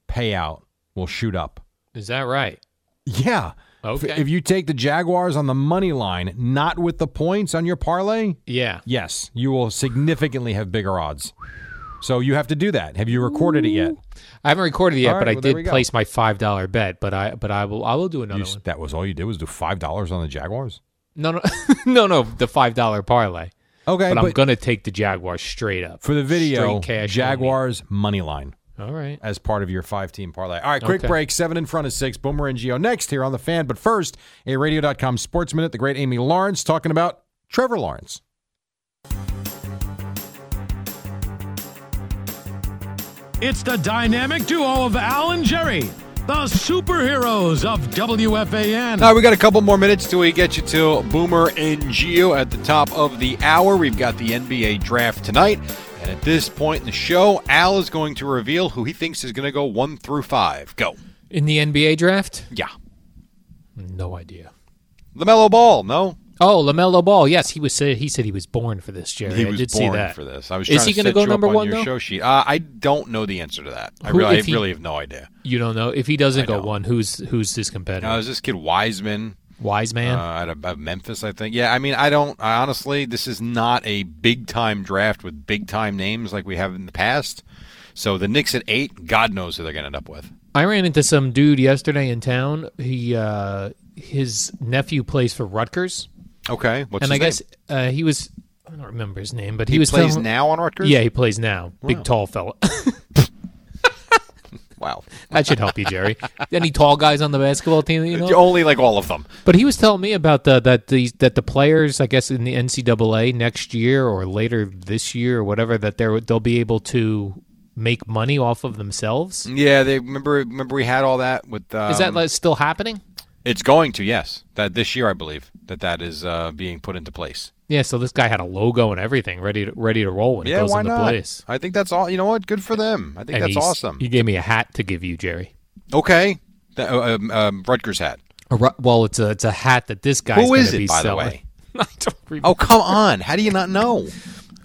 [SPEAKER 1] payout will shoot up.
[SPEAKER 2] Is that right?
[SPEAKER 1] Yeah. If-
[SPEAKER 2] Okay.
[SPEAKER 1] If you take the Jaguars on the money line, not with the points on your parlay,
[SPEAKER 2] Yeah.
[SPEAKER 1] yes, you will significantly have bigger odds. So you have to do that. Have you recorded it yet?
[SPEAKER 2] I haven't recorded it yet,
[SPEAKER 1] All right,
[SPEAKER 2] but I
[SPEAKER 1] well, there we
[SPEAKER 2] did
[SPEAKER 1] go.
[SPEAKER 2] place my five dollar bet. But I but I will I will do another
[SPEAKER 1] You s-
[SPEAKER 2] one.
[SPEAKER 1] that was all you did was do five dollars on the Jaguars.
[SPEAKER 2] No <laughs> no no no the five dollar parlay.
[SPEAKER 1] Okay,
[SPEAKER 2] but, I'm
[SPEAKER 1] but-
[SPEAKER 2] gonna take the Jaguars straight up
[SPEAKER 1] For the video,
[SPEAKER 2] Straight cash
[SPEAKER 1] Jaguars money line
[SPEAKER 2] All right.
[SPEAKER 1] as part of your five team parlay. All right, quick
[SPEAKER 2] Okay.
[SPEAKER 1] break. Seven in front of six. Boomer and Geo next here on the fan. But first, a radio.com sports minute. The great Amy Lawrence talking about Trevor Lawrence.
[SPEAKER 4] It's the dynamic duo of Al and Jerry, the superheroes of WFAN.
[SPEAKER 1] All right, we got a couple more minutes till we get you to Boomer and Geo at the top of the hour. We've got the NBA draft tonight. And at this point in the show, Al is going to reveal who he thinks is going to go one through five. Go.
[SPEAKER 2] In the NBA draft?
[SPEAKER 1] Yeah.
[SPEAKER 2] No idea.
[SPEAKER 1] LaMelo Ball, no?
[SPEAKER 2] Oh, Lamelo Ball. Yes, he was. Said, he said he was born for this, Jerry.
[SPEAKER 1] he
[SPEAKER 2] I
[SPEAKER 1] was
[SPEAKER 2] did
[SPEAKER 1] born
[SPEAKER 2] see that.
[SPEAKER 1] for this. I was
[SPEAKER 2] Is
[SPEAKER 1] trying
[SPEAKER 2] he
[SPEAKER 1] to
[SPEAKER 2] gonna
[SPEAKER 1] set
[SPEAKER 2] go
[SPEAKER 1] you up
[SPEAKER 2] number
[SPEAKER 1] on
[SPEAKER 2] one
[SPEAKER 1] your
[SPEAKER 2] though?
[SPEAKER 1] show sheet. Uh, I don't know the answer to that. I
[SPEAKER 2] Who-
[SPEAKER 1] really, I
[SPEAKER 2] if he-
[SPEAKER 1] really have no idea.
[SPEAKER 2] You don't know if he doesn't go one. Who's who's his competitor?
[SPEAKER 1] Now, is this kid Wiseman?
[SPEAKER 2] Wise man.
[SPEAKER 1] Uh, out of, of Memphis, I think. Yeah, I mean, I don't. I honestly, this is not a big time draft with big time names like we have in the past. So the Knicks at eight, God knows who they're going to end up with.
[SPEAKER 2] I ran into some dude yesterday in town. He uh, his nephew plays for Rutgers.
[SPEAKER 1] Okay, what's
[SPEAKER 2] and I
[SPEAKER 1] his name?
[SPEAKER 2] guess uh, he was I don't remember his name, but he,
[SPEAKER 1] He
[SPEAKER 2] was
[SPEAKER 1] plays
[SPEAKER 2] telling-
[SPEAKER 1] now on Rutgers?
[SPEAKER 2] Yeah, he plays now.
[SPEAKER 1] Wow.
[SPEAKER 2] Big tall fella.
[SPEAKER 1] wow,
[SPEAKER 2] <laughs> that should help you, Jerry. <laughs> Any tall guys on the basketball team? that You know,
[SPEAKER 1] Only like all of them.
[SPEAKER 2] But he was telling me about the that the that the players, I guess, in the NCAA next year or later this year or whatever, that they are they'll be able to make money off of themselves.
[SPEAKER 1] Yeah, they remember. Remember, we had all that with. Um,
[SPEAKER 2] Is that like, still happening?
[SPEAKER 1] It's going to yes. That this year, I believe that that is uh, being put into place.
[SPEAKER 2] Yeah. So this guy had a logo and everything ready to, ready to roll when it
[SPEAKER 1] yeah,
[SPEAKER 2] goes
[SPEAKER 1] why
[SPEAKER 2] into
[SPEAKER 1] not?
[SPEAKER 2] place.
[SPEAKER 1] I think that's all. You know what? Good for them. I think
[SPEAKER 2] And
[SPEAKER 1] that's
[SPEAKER 2] he's-
[SPEAKER 1] awesome.
[SPEAKER 2] He gave me a hat to give you, Jerry.
[SPEAKER 1] Okay, That- uh, um, um, Rutgers hat.
[SPEAKER 2] A ru- well, it's a it's a hat that this guy's
[SPEAKER 1] Who
[SPEAKER 2] gonna
[SPEAKER 1] is it,
[SPEAKER 2] be
[SPEAKER 1] by
[SPEAKER 2] selling. <laughs>
[SPEAKER 1] the way? Oh, come on. How do you not know?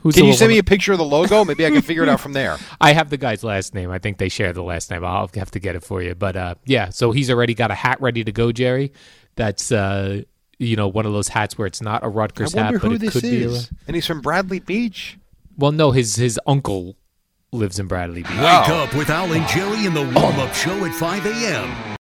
[SPEAKER 2] Who's
[SPEAKER 1] can
[SPEAKER 2] the
[SPEAKER 1] you send
[SPEAKER 2] one-
[SPEAKER 1] me a picture of the logo? Maybe I can figure it out
[SPEAKER 2] <laughs>
[SPEAKER 1] from there.
[SPEAKER 2] I have the guy's last name. I think they share the last name. I'll have to get it for you. But uh, yeah, so he's already got a hat ready to go, Jerry. That's uh, you know one of those hats where it's not a Rutgers
[SPEAKER 1] I wonder
[SPEAKER 2] hat, but
[SPEAKER 1] who
[SPEAKER 2] it
[SPEAKER 1] this
[SPEAKER 2] could be.
[SPEAKER 1] is.
[SPEAKER 2] A,
[SPEAKER 1] and he's from Bradley Beach.
[SPEAKER 2] well, no, his his uncle lives in Bradley Beach.
[SPEAKER 12] Wake up with Al and Jerry in the warm up show at 5 a.m.